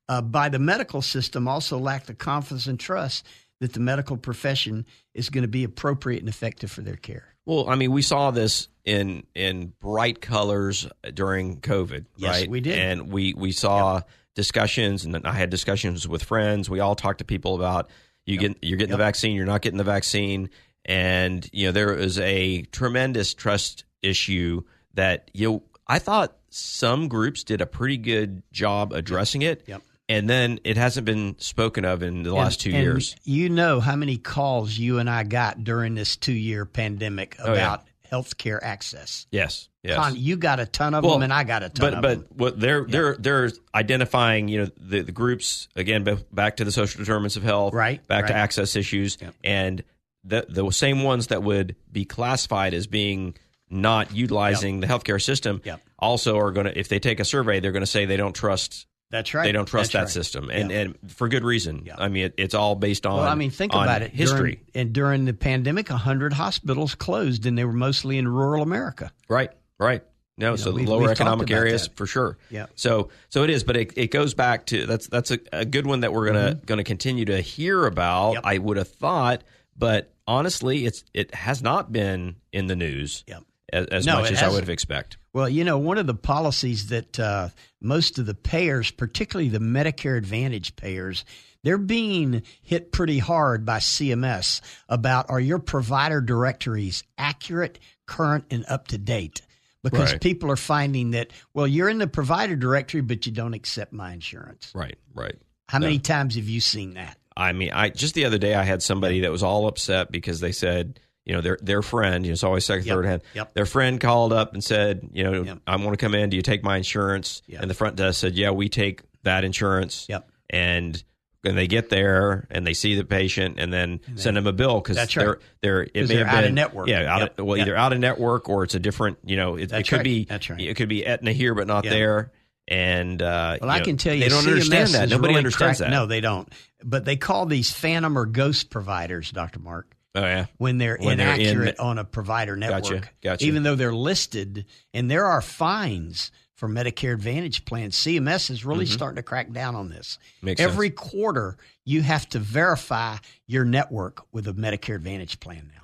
S3: uh, by the medical system, also lack the confidence and trust that the medical profession is going to be appropriate and effective for their care.
S2: Well, I mean, we saw this in in bright colors during COVID.
S3: Yes,
S2: right?
S3: we did.
S2: and we we saw discussions, and I had discussions with friends. We all talked to people about you get you're getting the vaccine, you're not getting the vaccine, and you know there is a tremendous trust issue that you. Know, I thought some groups did a pretty good job addressing it.
S3: Yep.
S2: And then it hasn't been spoken of in the last two
S3: And- and
S2: years.
S3: You know how many calls you and I got during this two year pandemic
S2: Oh, yeah.
S3: about health care access.
S2: Yes. Yes.
S3: Con- you got a ton of
S2: Well,
S3: them, and I got a ton
S2: but
S3: of
S2: but
S3: them.
S2: what they're they're they're identifying you know the, the groups again b- back to the social determinants of health
S3: Right,
S2: back to
S3: right.
S2: access issues and the the same ones that would be classified as being not utilizing the healthcare system
S3: Yep.
S2: also are going to if they take a survey they're going to say they don't trust
S3: That's right.
S2: they don't trust
S3: That's
S2: that
S3: right.
S2: system and
S3: Yeah.
S2: and for good reason
S3: Yeah.
S2: I mean it, it's all based on
S3: Well, I mean, think
S2: on
S3: about it. During-
S2: history
S3: and during the pandemic, 100 hospitals closed, and they were mostly in rural America.
S2: Right, right. No, so the
S3: we've-
S2: lower
S3: we've talked
S2: economic
S3: about
S2: areas
S3: that.
S2: for sure.
S3: Yep.
S2: So so it is, but it, it goes back to that's that's a, a good one that we're gonna gonna continue to hear about.
S3: Mm-hmm. Yep.
S2: I would have thought, but honestly, it's it has not been in the news
S3: Yep.
S2: as, as
S3: No,
S2: much
S3: it
S2: as I would
S3: hasn't.
S2: have expected.
S3: Well, you know, one of the policies that uh, most of the payers, particularly the Medicare Advantage payers, they're being hit pretty hard by CMS about are your provider directories accurate, current, and up to date? Because
S2: Right.
S3: people are finding that, well, you're in the provider directory, but you don't accept my insurance.
S2: Right, right.
S3: How many times have you seen that?
S2: I mean, I just the other day I had somebody that was all upset because they said, you know, their their friend, you know, it's always second,
S3: Yep.
S2: third hand.
S3: Yep.
S2: Their friend called up and said, you know,
S3: Yep.
S2: I want to come in. Do you take my insurance?
S3: Yeah.
S2: And the front desk said, yeah, we take that insurance.
S3: Yep.
S2: And and they get there and they see the patient and then send them a bill because
S3: That's
S2: they're
S3: right.
S2: they're it
S3: 'Cause
S2: may
S3: they're
S2: have
S3: out of
S2: been-
S3: network.
S2: Yeah, out
S3: Yep.
S2: of, well,
S3: Yep.
S2: either out of network or it's a different, you know, it, it
S3: That's
S2: could
S3: right.
S2: be
S3: That's right.
S2: It could be Aetna here but not
S3: Yeah.
S2: there. And uh,
S3: Well, I
S2: know,
S3: can tell you,
S2: they don't understand
S3: CMS
S2: that.
S3: is
S2: Nobody
S3: really
S2: understands
S3: crack-
S2: that.
S3: No, they don't. But they call these phantom or ghost providers, Doctor Mark,
S2: oh yeah.
S3: when they're
S2: When they're in-
S3: inaccurate on a provider network.
S2: Gotcha, gotcha.
S3: Even though they're listed, and there are fines for Medicare Advantage plans. CMS is really starting to crack down on this.
S2: Mm-hmm. Makes
S3: Every quarter, you have to verify your network with a Medicare Advantage plan now.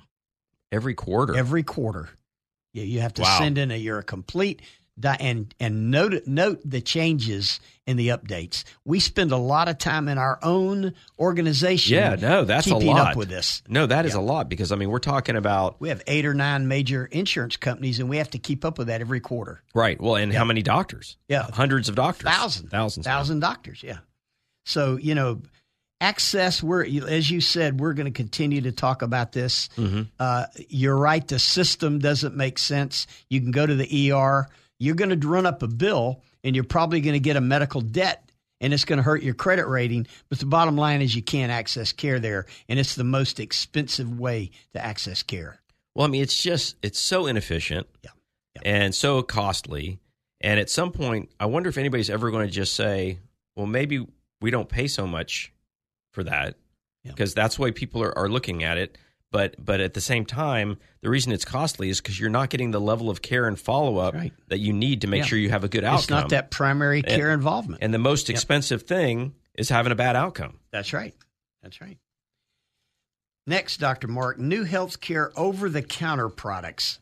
S2: Every quarter.
S3: Every quarter, yeah, you have to
S2: Wow.
S3: send in a you're a complete di- and and note note the changes and the updates. We spend a lot of time in our own organization.
S2: Yeah, no, that's a
S3: keeping
S2: lot.
S3: up with this.
S2: No, that is a lot because I mean we're talking about
S3: We have eight or nine major insurance companies, and we have to keep up with that every quarter.
S2: right. Well, and how many doctors?
S3: Yeah.
S2: hundreds of doctors.
S3: Thousand,
S2: thousands,
S3: thousand doctors. Yeah. So you know, access. We're as you said, we're going to continue to talk about this.
S2: Mm-hmm.
S3: Uh, you're right. The system doesn't make sense. You can go to the ER. You're going to run up a bill, and you're probably going to get a medical debt. And it's going to hurt your credit rating. But the bottom line is you can't access care there. And it's the most expensive way to access care.
S2: Well, I mean, it's just it's so inefficient,
S3: Yeah.
S2: and so costly. And at some point, I wonder if anybody's ever going to just say, "Well, maybe we don't pay so much for that,"
S3: Yeah.
S2: because that's the way people are, are looking at it. But but at the same time, the reason it's costly is because you're not getting the level of care and follow up
S3: That's right.
S2: that you need to make
S3: Yeah.
S2: sure you have a good outcome.
S3: It's not that primary care involvement.
S2: And the most expensive thing is having a bad outcome.
S3: That's right. That's right. Next, Dr. Mark, new healthcare over the counter products.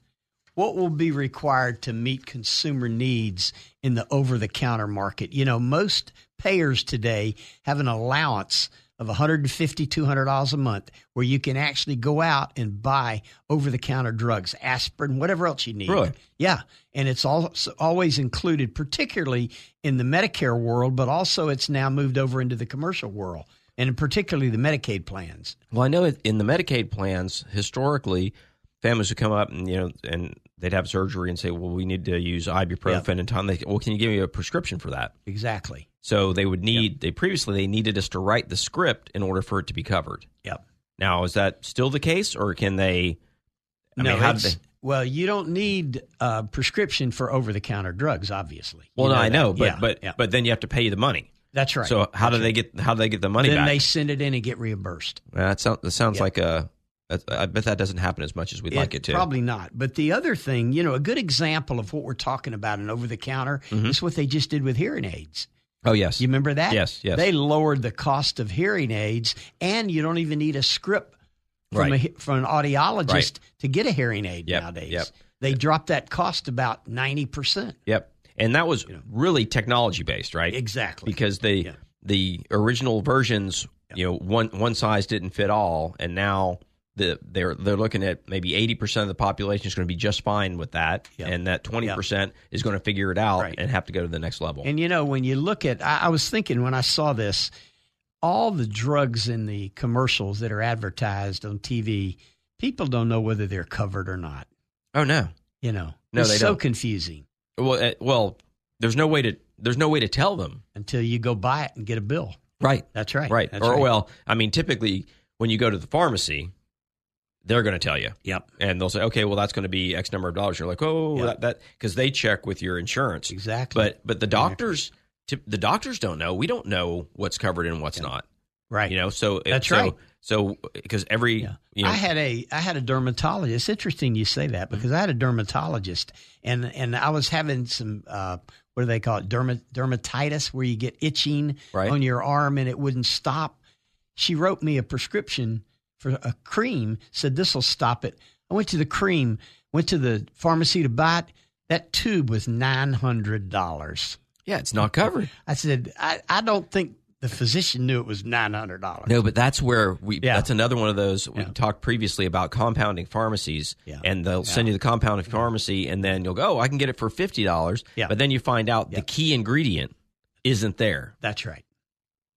S3: What will be required to meet consumer needs in the over the counter market? You know, most payers today have an allowance of $150, $200 a month where you can actually go out and buy over the counter drugs, aspirin, whatever else you need.
S2: Really?
S3: Yeah, and it's al- always included, particularly in the Medicare world, but also it's now moved over into the commercial world, and particularly the Medicaid plans.
S2: Well, I know it- in the Medicaid plans, historically, families would come up and you know, and they'd have surgery and say, "Well, we need to use ibuprofen and time." They, well, can you give me a prescription for that?
S3: Exactly.
S2: So they would need. They previously they needed us to write the script in order for it to be covered.
S3: Yep.
S2: Now, is that still the case, or can they? I
S3: no,
S2: mean, how do
S3: it's-
S2: they?
S3: well, you don't need a prescription for over the counter drugs, obviously.
S2: Well,
S3: You
S2: no, I
S3: that.
S2: know, but
S3: Yeah,
S2: but
S3: yeah.
S2: but then you have to pay the money.
S3: that's right.
S2: So how do they get how do they get the money
S3: then
S2: back?
S3: they send it in and get reimbursed.
S2: that sounds that sounds
S3: Yeah.
S2: like a. I- I bet that doesn't happen as much as we'd like it to.
S3: Probably not. But the other thing, you know, a good example of what we're talking about in over the counter
S2: Mm-hmm.
S3: is what they just did with hearing aids.
S2: oh yes,
S3: You remember that?
S2: Yes, yes.
S3: They lowered the cost of hearing aids, and you don't even need a script from,
S2: Right.
S3: a he from an audiologist
S2: Right.
S3: to get a hearing aid
S2: Yep,
S3: nowadays.
S2: yep.
S3: They dropped that cost about 90%.
S2: Yep. And that was really technology based, right?
S3: Exactly.
S2: Because the
S3: Yeah.
S2: the original versions, you know, one one size didn't fit all, and now the they're they're looking at maybe eighty percent of the population is going to be just fine with that,
S3: Yep.
S2: and that twenty percent is going to figure it out
S3: Right.
S2: and have to go to the next level.
S3: And you know, when you look at, I, I was thinking when I saw this, all the drugs in the commercials that are advertised on TV, people don't know whether they're covered or not.
S2: oh no,
S3: You know,
S2: No,
S3: it's
S2: they
S3: so
S2: don't.
S3: confusing
S2: well, uh, well, there's no way to there's no way to tell them,
S3: until you go buy it and get a bill.
S2: right?
S3: That's right.
S2: Right.
S3: That's
S2: or well, I mean, typically when you go to the pharmacy, they're going to tell you.
S3: yep.
S2: and they'll say, okay, well, that's going to be X number of dollars. You're like, oh,
S3: Yeah.
S2: that that because they check with your insurance,
S3: Exactly.
S2: but but the doctors, t- the doctors don't know. We don't know what's covered and what's not.
S3: right.
S2: You know, so uh,
S3: That's
S2: so,
S3: right.
S2: So because every
S3: Yeah.
S2: you know,
S3: I had a I had a dermatologist. It's interesting you say that because I had a dermatologist and and I was having some uh, what do they call it Derma, dermatitis where you get itching
S2: Right.
S3: on your arm and it wouldn't stop. She wrote me a prescription for a cream. Said this will stop it. I went to the cream. Went to the pharmacy to buy it. That tube was nine hundred dollars.
S2: yeah, it's not covered.
S3: I said I, I don't think the physician knew it was nine hundred dollars.
S2: No, but that's where we.
S3: Yeah.
S2: That's another one of those we
S3: Yeah.
S2: talked previously about compounding pharmacies,
S3: Yeah.
S2: and they'll send you the compounding pharmacy, and then you'll go, oh, I can get it for fifty dollars.
S3: Yeah.
S2: But then you find out
S3: Yeah.
S2: the key ingredient isn't there.
S3: That's right.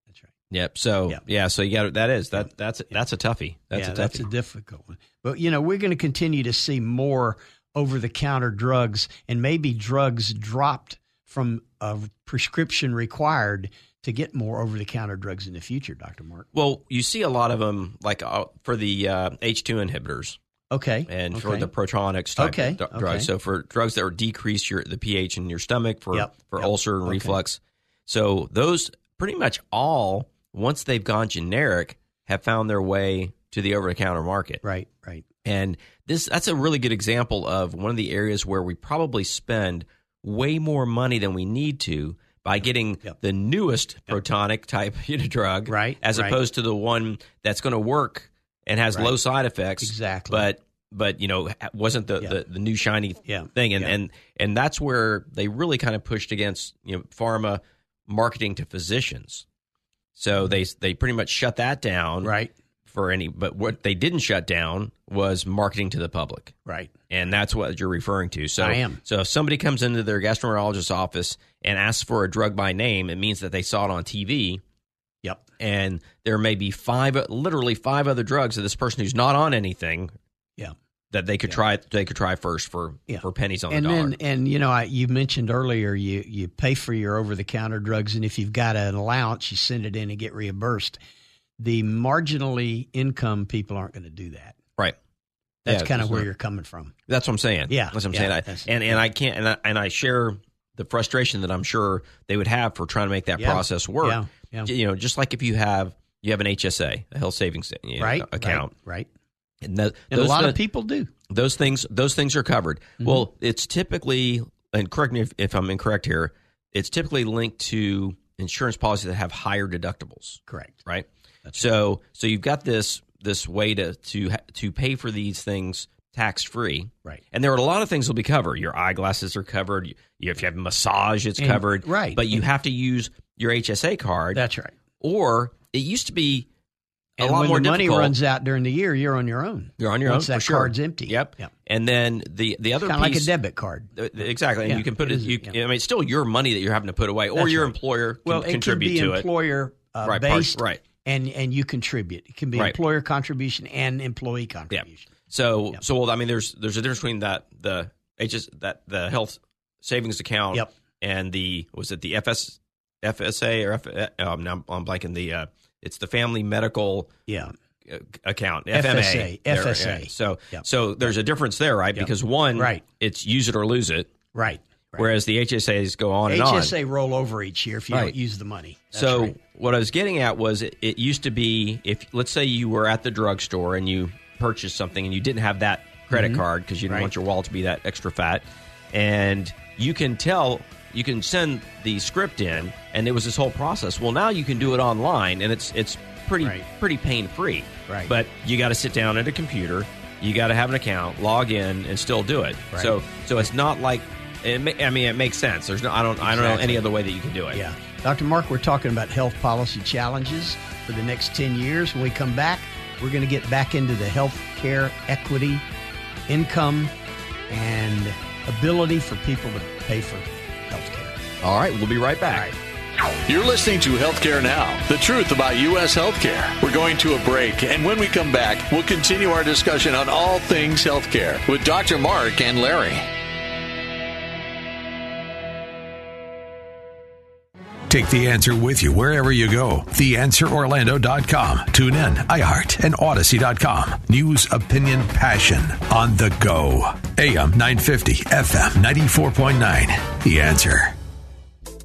S3: That's right.
S2: Yep. So
S3: Yeah.
S2: yeah. So you got that is that that's that's a toughie. That's
S3: yeah,
S2: a toughie.
S3: that's a difficult one. But you know, we're going to continue to see more over-the-counter drugs, and maybe drugs dropped from a prescription required to get more over-the-counter drugs in the future, Doctor Mark.
S2: Well, you see a lot of them, like uh, for the uh, H2 inhibitors
S3: Okay,
S2: and for
S3: okay.
S2: the protronics type
S3: Okay,
S2: of dr-
S3: okay.
S2: drugs. So for drugs that would decrease your the pH in your stomach for
S3: Yep,
S2: for
S3: yep,
S2: ulcer and
S3: okay.
S2: reflux. So those pretty much all once they've gone generic have found their way to the over the counter market.
S3: right, right,
S2: And this that's a really good example of one of the areas where we probably spend way more money than we need to by getting
S3: Yep.
S2: the newest protonic type you know, drug
S3: Right,
S2: as
S3: right.
S2: opposed to the one that's going to work and has low side effects
S3: Exactly.
S2: but but you know ha- wasn't the,
S3: Yeah.
S2: the, the new shiny
S3: Yeah.
S2: thing and,
S3: Yeah.
S2: and and that's where they really kind of pushed against you know pharma marketing to physicians so they they pretty much shut that down
S3: Mm-hmm. Right.
S2: for any but what they didn't shut down was marketing to the public
S3: Right.
S2: and that's what you're referring to so
S3: I am.
S2: so if somebody comes into their gastroenterologist's office and asks for a drug by name it means that they saw it on TV
S3: Yep.
S2: and there may be five literally five other drugs that this person who's not on anything
S3: Yeah.
S2: that they could try they could try first for
S3: Yeah.
S2: for pennies on
S3: and
S2: the dollar.
S3: then and you know I, you mentioned earlier you you pay for your over the counter drugs and if you've got an allowance you send it in and get reimbursed the marginally income people aren't going to do that
S2: right.
S3: that's
S2: Yeah,
S3: kind of
S2: it's
S3: where
S2: not-
S3: you're coming from
S2: That's what I'm saying.
S3: Yeah,
S2: That's what I'm
S3: yeah,
S2: saying. I,
S3: that's-
S2: and and I can't and I, and I share the frustration that I'm sure they would have for trying to make that
S3: Yeah.
S2: process work.
S3: Yeah, yeah.
S2: You know, just like if you have you have an HSA, a health savings you know,
S3: right
S2: account.
S3: right, right.
S2: And, tho-
S3: and a
S2: those
S3: lot
S2: thi-
S3: of Mm-hmm. people do
S2: those things those things are covered. Well, it's typically and correct me if, if I'm incorrect here. It's typically linked to insurance policies that have higher deductibles,
S3: correct
S2: right? so so you've got this this way to to ha- to pay for these things tax free,
S3: Right.
S2: And there are a lot of things that'll be covered. Your eyeglasses are covered. You, you- if you have massage, it's
S3: And-
S2: covered,
S3: right.
S2: But you have to use your HSA card.
S3: that's right
S2: or it used to be a
S3: and
S2: lot
S3: when
S2: more
S3: the money
S2: difficult.
S3: runs out during the year you're on your own
S2: You're on your
S3: Once
S2: own.
S3: that
S2: for sure.
S3: card's empty
S2: Yep.
S3: yep.
S2: And then the the other
S3: kind of like a
S2: piece-
S3: debit card
S2: Uh, Exactly, and
S3: Yeah,
S2: you can put it.
S3: it is,
S2: you,
S3: yeah.
S2: I mean, it's still your money that you're having to put away, or
S3: That's
S2: your
S3: right.
S2: employer can
S3: well,
S2: contribute
S3: it can be
S2: to it.
S3: employer uh,
S2: Right, part-
S3: based
S2: right.
S3: and and you contribute it can be
S2: Right.
S3: employer contribution and employee
S2: Yeah.
S3: contribution
S2: So, so well, I mean, there's there's a difference between that the HS that the health savings account
S3: Yep.
S2: and the was it the FS FSA or F, uh, um, now I'm, I'm blanking the uh, it's the family medical
S3: yeah
S2: uh, account
S3: FSA,
S2: FMA There,
S3: FSA.
S2: yeah. So
S3: Yep.
S2: so there's a difference there, right? Because one,
S3: Right.
S2: it's use it or lose it,
S3: right, right.
S2: whereas the HSAs go on and on.
S3: HSA roll over each year if you
S2: Right.
S3: don't use the money. That's
S2: so
S3: right.
S2: what I was getting at was it, it used to be if let's say you were at the drugstore and you purchased something and you didn't have that credit card because you didn't
S3: Mm-hmm. Right.
S2: want your wallet to be that extra fat, and you can tell you can send the script in and it was this whole process. Well, now you can do it online and it's it's pretty
S3: Right.
S2: pretty pain free.
S3: Right.
S2: But you got to sit down at a computer, you got to have an account, log in, and still do it.
S3: Right.
S2: So so it's not like. It ma- I mean, it makes sense. There's no, I don't, I don't know
S3: Exactly.
S2: any other way that you can do it.
S3: yeah. Dr. Mark, we're talking about health policy challenges for the next 10 years. When we come back, we're going to get back into the health care equity, income, and ability for people to pay for health care.
S2: All right, we'll be right back.
S4: You're listening to Healthcare Now, the truth about U.S. healthcare. We're going to a break, and when we come back, we'll continue our discussion on all things healthcare with Dr. Mark and Larry.
S1: Take the answer with you wherever you go. TheAnswerOrlando.com. Tune in, iHeart, and Odyssey.com. News, opinion, passion on the go. AM 950, FM 94.9. The answer.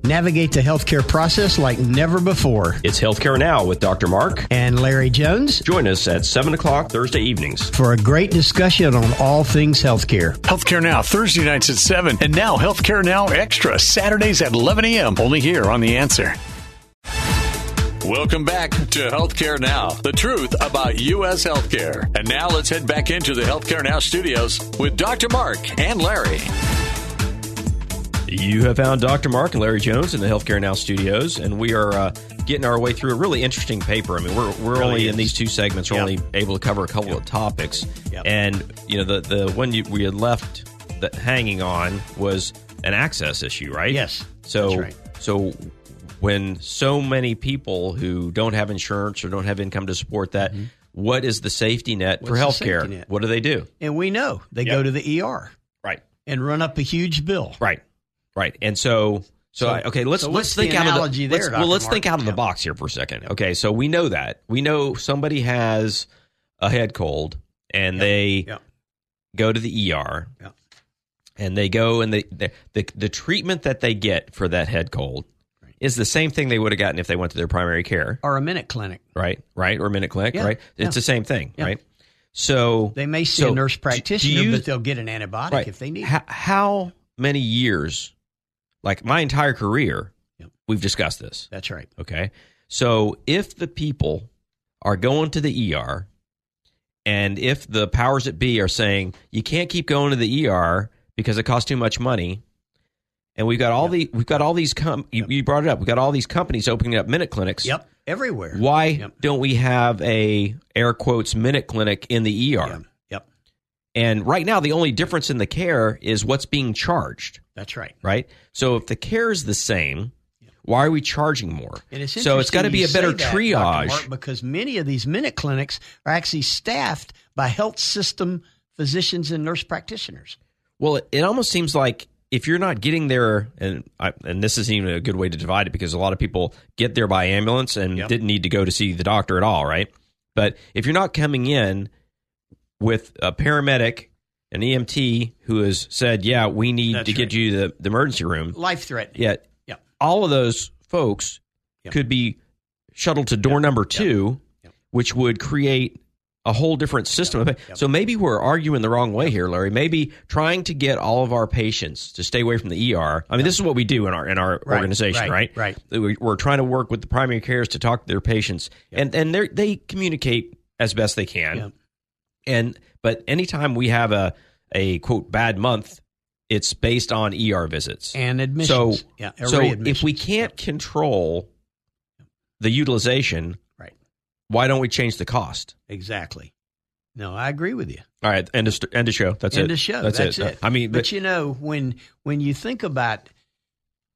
S3: Navigate the healthcare process like never before.
S2: It's Healthcare Now with Dr. Mark.
S3: And Larry Jones
S2: Join us at 7 o'clock Thursday evenings.
S3: for a great discussion on all things healthcare.
S4: Healthcare Now, Thursday nights at 7, and now Healthcare Now Extra, Saturdays at 11 a.m., only here on The Answer. Welcome back to Healthcare Now, the truth about U.S. healthcare. And now let's head back into the Healthcare Now studios with Dr. Mark and Larry.
S2: You have found Dr. Mark and Larry Jones in the Healthcare Now studios, and we are uh, getting our way through a really interesting paper. I mean, we're, we're only in these two segments, we're
S3: Yeah.
S2: only able to cover a couple of topics.
S3: Yep.
S2: And, you know, the, the one you, we had left the, hanging on was an access issue, right?
S3: Yes,
S2: So,
S3: that's right.
S2: so when so many people who don't have insurance or don't have income to support that, what is the safety net for
S3: Mm-hmm. What's the
S2: healthcare?
S3: safety net?
S2: What do they do?
S3: And we know they
S2: Yep.
S3: go to the ER
S2: Right.
S3: and run up a huge bill.
S2: Right. Right. And so so,
S3: So-
S2: I, okay, let's
S3: so
S2: let's
S3: what's
S2: think
S3: the
S2: out of the
S3: analogy there,
S2: let's-
S3: Dr.
S2: well, let's
S3: Mark?
S2: think out of the
S3: Yeah.
S2: box here for a second. Okay, so we know that we know somebody has a head cold and they
S3: Yep.
S2: go to the ER
S3: Yeah.
S2: and they go and they, the, the the treatment that they get for that head cold is the same thing they would have gotten if they went to their primary care,
S3: Or a minute clinic.
S2: right? Right or minute clinic,
S3: Yeah.
S2: right? It's
S3: Yeah.
S2: the same thing,
S3: Yeah.
S2: right? So
S3: They may see
S2: so
S3: a nurse
S2: do- do
S3: practitioner,
S2: you-
S3: but they'll get an antibiotic if they need
S2: how, how many years, like my entire career,
S3: Yep.
S2: we've discussed this.
S3: it. That's right.
S2: Okay. So if the people are going to the ER E And if the powers that be are saying you can't keep going to the ER because it costs too much money, and we've got all the we've got all these com- you, you brought it up, we've got all these companies opening up minute clinics.
S3: Yep. Everywhere.
S2: Why
S3: Yep.
S2: don't we have a air quotes minute clinic in the ER?
S3: Yep. Yep.
S2: And right now, the only difference in the care is what's being charged,
S3: That's right.
S2: right? So if the care is the same, why are we charging more?
S3: And it's
S2: so it's
S3: interesting
S2: got to be
S3: you
S2: a better
S3: say that, Dr. Mark,
S2: triage.
S3: because many of these minute clinics are actually staffed by health system physicians and nurse practitioners.
S2: Well, it, it almost seems like if you're not getting there, and I, and this isn't even a good way to divide it because a lot of people get there by ambulance and
S3: Yep.
S2: didn't need to go to see the doctor at all, right? But if you're not coming in with a paramedic, an EMT who has said, "Yeah, we need
S3: That's
S2: to
S3: right.
S2: get you to the, the emergency room,"
S3: Life threatening.
S2: Yeah.
S3: Yep.
S2: All of those folks
S3: Yep.
S2: could be shuttled to door number two,
S3: Yep.
S2: which would create a whole different system. of So maybe we're arguing the wrong way here, Larry. Maybe trying to get all of our patients to stay away from the ER. I mean, this is what we do in our in our
S3: Right,
S2: organization,
S3: right,
S2: right?
S3: right.
S2: We- We're trying to work with the primary cares to talk to their patients, and and they they communicate as best they can.
S3: Yep.
S2: And but anytime we have a a quote bad month, it's based on ER visits
S3: And admissions.
S2: So,
S3: yeah,
S2: so
S3: array
S2: if we
S3: admissions.
S2: can't control the utilization,
S3: Right.
S2: why don't we change the cost?
S3: Exactly. No, I agree with you.
S2: All right, end of, st- end of show. That's
S3: end
S2: it.
S3: of show.
S2: That's, it. I mean,
S3: but,
S2: but,
S3: you know, when when you think about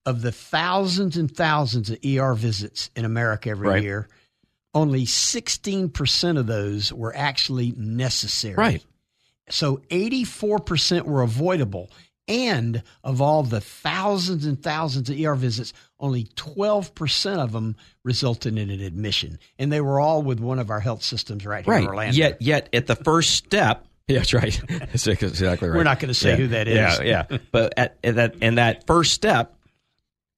S3: of the thousands and thousands of ER visits in America every
S2: Right.
S3: year, only sixteen percent of those were actually necessary.
S2: right,
S3: So eighty four percent were avoidable. And of all the thousands and thousands of ER visits, only 12% of them resulted in an admission. And they were all with one of our health systems right here in
S2: right.
S3: Orlando.
S2: Yet, yet at the first step. Yeah, that's right. That's exactly right.
S3: We're not gonna say
S2: Yeah.
S3: who that is.
S2: Yeah, yeah. But at, at that and that first step,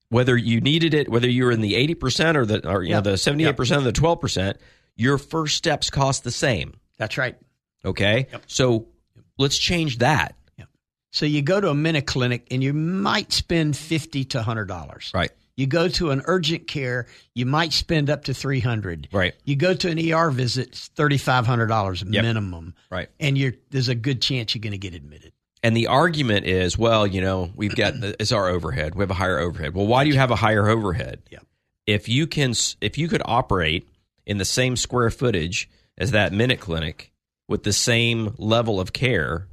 S2: whether you needed it, whether you were in the eighty percent or the or you
S3: Yeah.
S2: know the seventy eight percent or the twelve percent, your first steps cost the same.
S3: That's right.
S2: Okay, so let's change that.
S3: So you go to a minute clinic and you might spend fifty to hundred dollars.
S2: Right.
S3: You go to an urgent care, you might spend up to three hundred.
S2: Right.
S3: You go to an ER visit, thirty five hundred dollars minimum.
S2: Right.
S3: And you're there's a good chance you're going to get admitted.
S2: And the argument is, well, you know, we've got it's our overhead. We have a higher overhead. Well, why do you have a higher overhead?
S3: Yeah.
S2: If you can, s- if you could operate in the same square footage as that minute clinic with the same level of care,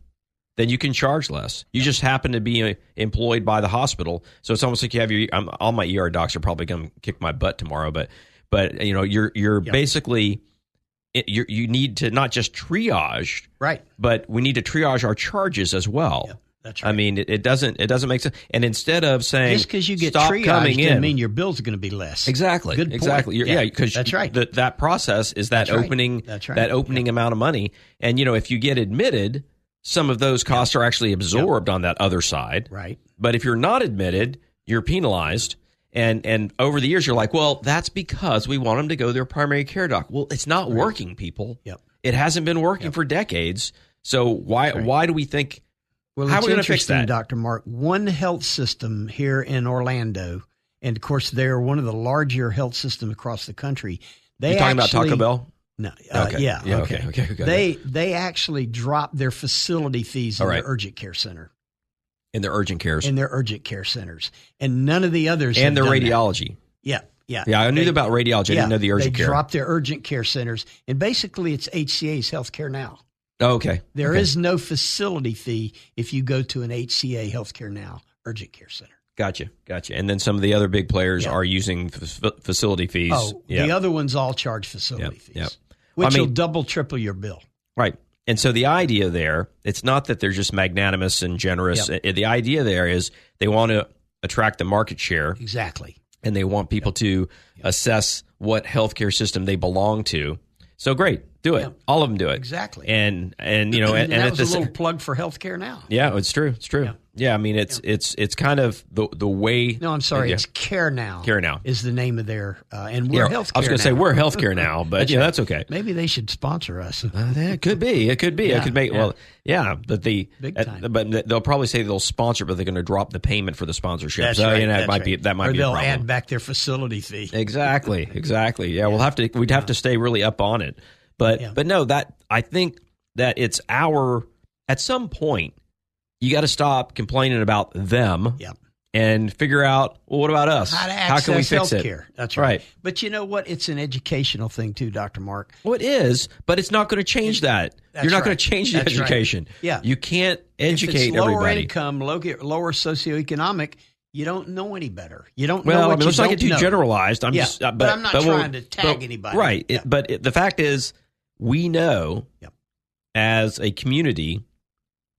S2: then you can charge less. You just happen to be uh, employed by the hospital, so it's almost like you have your. I'm, all my ER docs are probably going to kick my butt tomorrow, but but you know, you're you're
S3: Yeah.
S2: basically it, you you need to not just triage
S3: Right.
S2: but we need to triage our charges as well.
S3: Yeah, that's
S2: I
S3: right.
S2: mean, it, it doesn't it doesn't make sense. And instead of saying
S3: Just because you get
S2: stop
S3: triaged
S2: coming in,
S3: doesn't mean your bill's going to be less.
S2: exactly,
S3: Good point.
S2: exactly, You're- yeah, because
S3: that's right.
S2: That that process is that
S3: That's right.
S2: opening
S3: That's right.
S2: that opening amount of money, and you know if you get admitted, some of those costs are actually absorbed on that other side.
S3: right.
S2: But if you're not admitted, you're penalized. And and over the years, you're like, well, that's because we want them to go to their primary care doc. Well, it's not working, people.
S3: Yep.
S2: It hasn't been working for decades. So why why do we think?
S3: Well,
S2: How are
S3: it's
S2: we gonna fix
S3: interesting,
S2: that?
S3: Dr. Mark. One health system here in Orlando, and of course, they're one of the larger health systems across the country. They
S2: you talking about
S3: actually-
S2: Taco Bell?
S3: No. Uh,
S2: Okay.
S3: Yeah.
S2: Yeah,
S3: okay.
S2: okay, okay, okay.
S3: They they actually drop their facility fees in
S2: All
S3: their
S2: right.
S3: urgent care center
S2: in their urgent cares
S3: in their urgent care centers, and none of the others have
S2: and their
S3: done that.
S2: radiology.
S3: Yeah. Yeah.
S2: Yeah, I knew
S3: They-
S2: about radiology. I
S3: yeah,
S2: didn't know the urgent
S3: they
S2: care.
S3: drop their urgent care centers, and basically, it's HCA's Healthcare Now.
S2: oh, okay.
S3: There is
S2: Okay.
S3: no facility fee if you go to an HCA Healthcare Now urgent care center.
S2: Gotcha. Gotcha. And then some of the other big players
S3: Yeah.
S2: are using f- facility fees.
S3: Oh,
S2: yeah.
S3: the other ones all charge facility
S2: Yep,
S3: fees,
S2: yep.
S3: which
S2: I mean-
S3: will double, triple your bill.
S2: Right. And so the idea there, it's not that they're just magnanimous and generous.
S3: Yep.
S2: Uh, The idea there is they want to attract the market share
S3: Exactly.
S2: and they want people to assess what healthcare system they belong to. So great, do it.
S3: Yep.
S2: All of them do it.
S3: Exactly.
S2: And and you know and,
S3: that
S2: and at
S3: was
S2: the
S3: a little
S2: same
S3: plug for healthcare now.
S2: yeah, it's true. It's true. Yeah, I mean, it's it's it's kind of the the way.
S3: No, I'm sorry.
S2: Yeah.
S3: It's Care Now.
S2: Care Now.
S3: is the name of their uh, and
S2: Yeah,
S3: we're
S2: I was
S3: healthcare.
S2: going to say
S3: now.
S2: we're healthcare now, but yeah, that's okay.
S3: Maybe they should sponsor us.
S2: Uh, that could be. It could be.
S3: Yeah,
S2: it could make. Well, yeah, but the
S3: Big
S2: uh,
S3: time.
S2: but th- they'll probably say they'll sponsor, but they're going to drop the payment for the sponsorship.
S3: That's
S2: so
S3: right,
S2: you know,
S3: that's
S2: it might be Oh,
S3: right.
S2: that might
S3: or
S2: be a
S3: they'll
S2: problem.
S3: add back their facility fee.
S2: Exactly. Exactly. Yeah, we'll have to. We'd have to stay really up on it. But
S3: Yeah.
S2: but no, that I think that it's our at some point you got to stop complaining about them
S3: Yep.
S2: and figure out well what about us
S3: How to
S2: how
S3: access
S2: can we fix
S3: healthcare.
S2: it
S3: That's
S2: Right.
S3: right. But you know what? It's an educational thing too, Dr. Mark.
S2: well it is but it's not going to change that
S3: That's
S2: you're not
S3: right.
S2: going to change the
S3: That's right.
S2: education
S3: Yeah.
S2: you can't
S3: if
S2: educate
S3: it's lower
S2: everybody
S3: income, low, lower socioeconomic, you don't know any better. You don't know
S2: well
S3: what
S2: I mean,
S3: you
S2: it's not
S3: don't
S2: too
S3: know.
S2: generalized i'm
S3: Yeah,
S2: just
S3: but I'm not
S2: we'll-
S3: trying to tag
S2: but-
S3: anybody.
S2: right
S3: Yeah.
S2: It- but it, the fact is we know
S3: Yep.
S2: as a community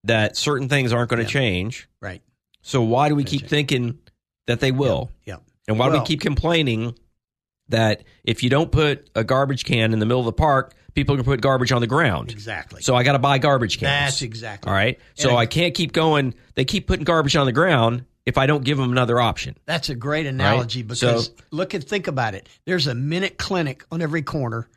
S2: that certain things aren't going to change
S3: Right.
S2: So why do we keep
S3: Gotcha.
S2: thinking that they will?
S3: Yeah.
S2: And why do we
S3: Well-
S2: keep complaining that if you don't put a garbage can in the middle of the park, people can put garbage on the ground?
S3: Exactly.
S2: So I got to buy garbage cans.
S3: That's exactly.
S2: All right. So
S3: And-
S2: I can't keep going. They keep putting garbage on the ground if I don't give them another option.
S3: That's a great analogy because look and think about it. There's a minute clinic on every corner.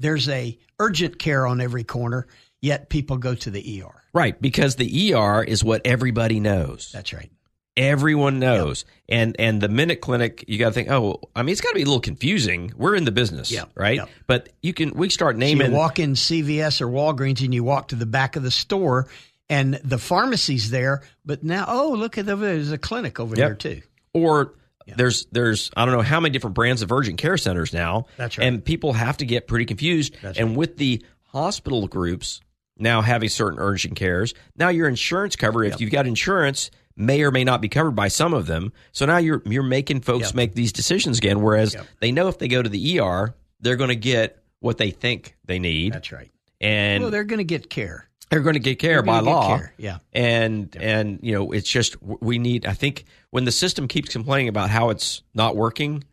S3: There's a urgent care on every corner. Yet people go to the ER.
S2: Right. Because the ER is what everybody knows.
S3: That's right.
S2: Everyone knows. And and the minute clinic, you got to think, oh, I mean, it's got to be a little confusing. We're in the business.
S3: Yeah.
S2: Right.
S3: Yeah.
S2: But you can, we start
S3: So you
S2: naming.
S3: walk in CVS or Walgreens and you walk to the back of the store, and the pharmacy's there. But now, oh look at the, there's a clinic over
S2: Yep.
S3: there too.
S2: or there's there's I don't know how many different brands of urgent care centers now.
S3: That's right.
S2: And people have to get pretty confused. and with the hospital groups now having certain urgent cares, now your insurance cover, if you've got insurance, may or may not be covered by some of them. So now you're you're making folks
S3: Yep.
S2: make these decisions again. Whereas they know if they go to the ER, they're going to get what they think they need,
S3: That's right.
S2: and
S3: well,
S2: they're,
S3: they're going to get care.
S2: going to get care
S3: They're
S2: by
S3: gonna get
S2: law
S3: care. Yeah.
S2: and and you know it's just w- we need i think when the system keeps complaining about how it's not working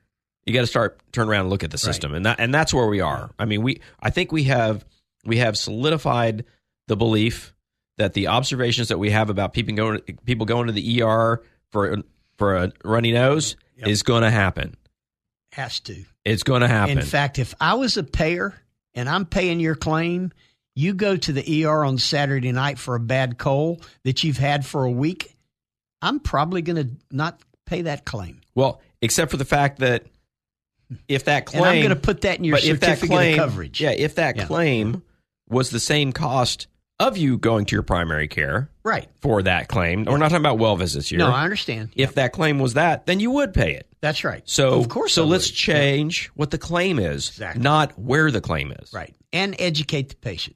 S2: you got to start turn around and look at the system and that and that's where we are i mean we i think we have we have solidified the belief that the observations that we have about people going people going to the ER for for a runny nose is going to happen
S3: Has to.
S2: it's going to happen
S3: In fact, if I was a payer and I'm paying your claim, you go to the ER on Saturday night for a bad cold that you've had for a week, I'm probably going to not pay that claim.
S2: well except for the fact that if that claim
S3: And I'm going to put that in your
S2: but if that
S3: certificate
S2: claim,
S3: of coverage.
S2: Yeah, if that
S3: Yeah.
S2: claim was the same cost of you going to your primary care
S3: Right.
S2: for that claim, we're not talking about well visits here.
S3: No, I understand.
S2: if that claim was that, then you would pay it.
S3: That's right.
S2: So
S3: of course,
S2: so
S3: I
S2: let's
S3: would.
S2: change what the claim is,
S3: Exactly.
S2: not where the claim is.
S3: Right. And educate the patient.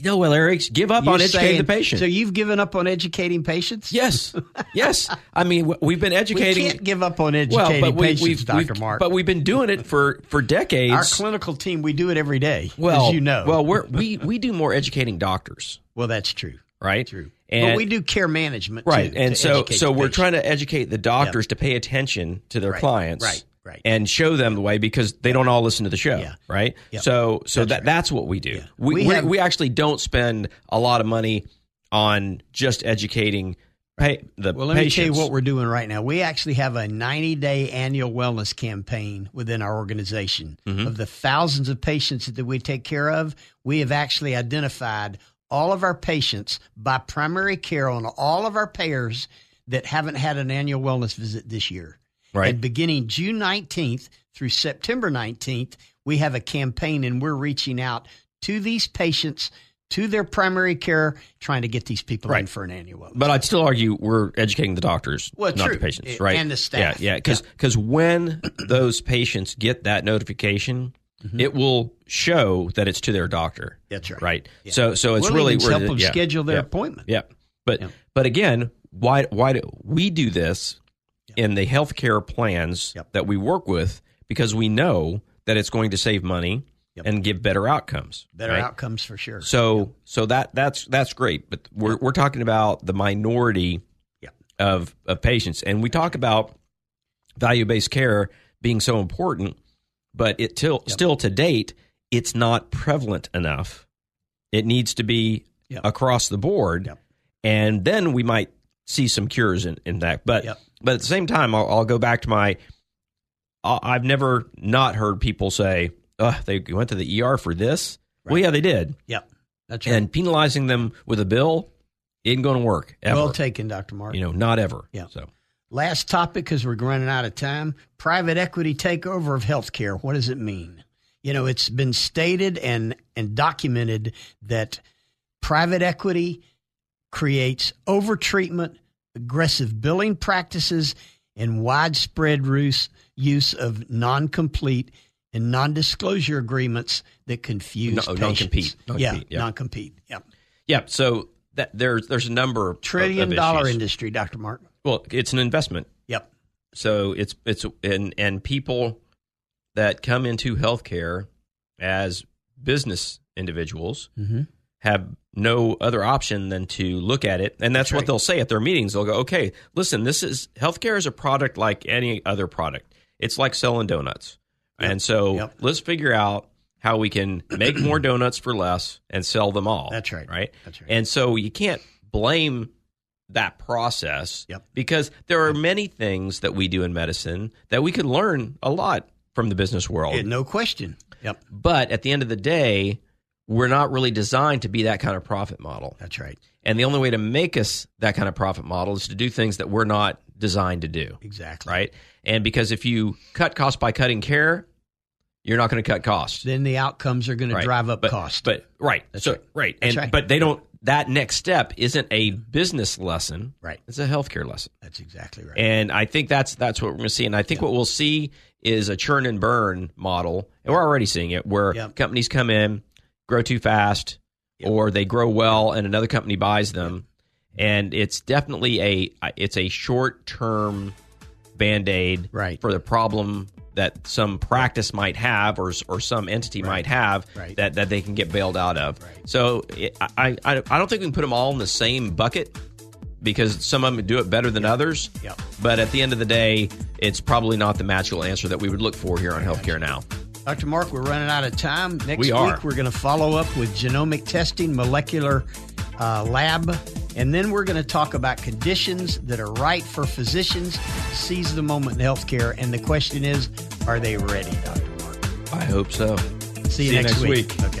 S2: No, well, Eric, give up on
S3: You're
S2: educating the
S3: saying-
S2: patient.
S3: So you've given up on educating patients?
S2: yes, yes. I mean, w- we've been
S3: We
S2: educating.
S3: can't give up on
S2: well,
S3: educating
S2: but we,
S3: patients,
S2: we've,
S3: Dr.
S2: we've-
S3: Mark.
S2: but we've been doing it for for decades.
S3: Our clinical team, we do it every day,
S2: well,
S3: as you know.
S2: well, we're, we we do more educating doctors,
S3: well, that's true.
S2: right?
S3: True.
S2: And
S3: but we do care management
S2: right
S3: too,
S2: and
S3: to
S2: so
S3: educate
S2: so
S3: the
S2: we're
S3: patient.
S2: trying to educate the doctors to pay attention to their
S3: Right,
S2: clients
S3: right, right.
S2: and show them the way because they don't all listen to the show
S3: Yeah.
S2: right
S3: Yep.
S2: so so that that's what we do we we,
S3: We
S2: we,
S3: have-
S2: actually don't spend a lot of money on just educating pay, the
S3: Well, let me
S2: patients
S3: tell you what we're doing right now. We actually have a 90 day annual wellness campaign within our organization.
S2: Mm-hmm.
S3: Of the thousands of patients that we take care of, we have actually identified all of our patients by primary care on all of our payers that haven't had an annual wellness visit this year.
S2: Right.
S3: And beginning June 19th through September 19th, we have a campaign and we're reaching out to these patients, to their primary care, trying to get these people in
S2: Right.
S3: for an annual wellness.
S2: but I'd still argue we're educating the doctors,
S3: Well,
S2: not
S3: true.
S2: the patients,
S3: A-
S2: right?
S3: and the staff.
S2: Yeah, yeah. Because when those patients get that notification, it will show that it's to their doctor.
S3: Mm-hmm. That's right.
S2: Right. So so it's
S3: We'll
S2: really
S3: even
S2: we're-
S3: help them
S2: yeah,
S3: schedule their
S2: yeah,
S3: appointment.
S2: Yeah. But
S3: Yeah.
S2: but again, why why do we do this in the healthcare plans
S3: Yep.
S2: that we work with because we know that it's going to save money
S3: Yep.
S2: and give better outcomes.
S3: Better
S2: right?
S3: outcomes for sure.
S2: So so that that's that's great, but we're we're talking about the minority
S3: Yeah.
S2: of of patients, and we talk about value based care being so important, but it till still to date it's not prevalent enough. It needs to be
S3: Yep.
S2: across the board,
S3: Yep.
S2: and then we might see some cures in, in that. But
S3: Yep.
S2: but at the same time, I'll, I'll go back to my I- I've never not heard people say, "Oh, they went to the ER for this." Well, yeah, they did
S3: yep. That's right.
S2: and penalizing them with a bill isn't going to work ever.
S3: well taken, Dr. Mark.
S2: you know, not ever.
S3: Yeah.
S2: So
S3: Last topic because we're running out of time private equity takeover of healthcare. What does it mean? You know, it's been stated and, and documented that private equity creates overtreatment, aggressive billing practices, and widespread ruse- use of non-complete and non-disclosure agreements that confuse
S2: No-
S3: patients.
S2: non-compete,
S3: yeah,
S2: non-compete, yeah.
S3: non-compete. Yeah,
S2: Yeah. So that there's there's a number of
S3: trillion
S2: of
S3: dollar
S2: issues.
S3: industry, Doctor Mark.
S2: Well, it's an investment.
S3: Yep.
S2: So it's it's and and people that come into healthcare as business individuals
S3: Mm-hmm.
S2: have no other option than to look at it, and that's, what they'll say at their meetings. They'll go, "Okay, listen, this is healthcare is a product like any other product. It's like selling donuts, and so
S3: Yep.
S2: let's figure out." How we can make more donuts for less and sell them all.
S3: That's right.
S2: Right.
S3: That's right.
S2: And so you can't blame that process
S3: Yep.
S2: because there are many things that we do in medicine that we could learn a lot from the business world.
S3: Yeah, no question. Yep,
S2: But at the end of the day, we're not really designed to be that kind of profit model.
S3: that's right.
S2: And the only way to make us that kind of profit model is to do things that we're not designed to do,
S3: Exactly.
S2: right? And because if you cut costs by cutting care, you're not going to cut costs.
S3: Then the outcomes are going to
S2: Right.
S3: drive up
S2: but,
S3: cost.
S2: But right, so right, and
S3: right.
S2: but they don't. That next step isn't a business lesson,
S3: Right.
S2: It's a healthcare lesson,
S3: that's exactly right.
S2: and I think that's that's what we're going to see. And I think what we'll see is a churn and burn model, and we're already seeing it, where
S3: Yep.
S2: companies come in, grow too fast, or they grow well, and another company buys them, and it's definitely a it's a short term band aid
S3: Right.
S2: for the problem that some practice might have or, or some entity might have
S3: Right.
S2: that, that they can get bailed out of. So it, I, I, I don't think we can put them all in the same bucket because some of them do it better than others.
S3: Yep.
S2: But at the end of the day, it's probably not the magical answer that we would look for here on healthcare now.
S3: Dr. Mark, we're running out of time. Next
S2: We are.
S3: week, we're going to follow up with genomic testing, molecular uh, lab, and then we're going to talk about conditions that are right for physicians. Seize the moment in healthcare. And the question is, are they ready, Dr. Mark?
S2: I hope so.
S3: See you,
S2: See you
S3: next,
S2: next
S3: week.
S2: week.
S3: Okay.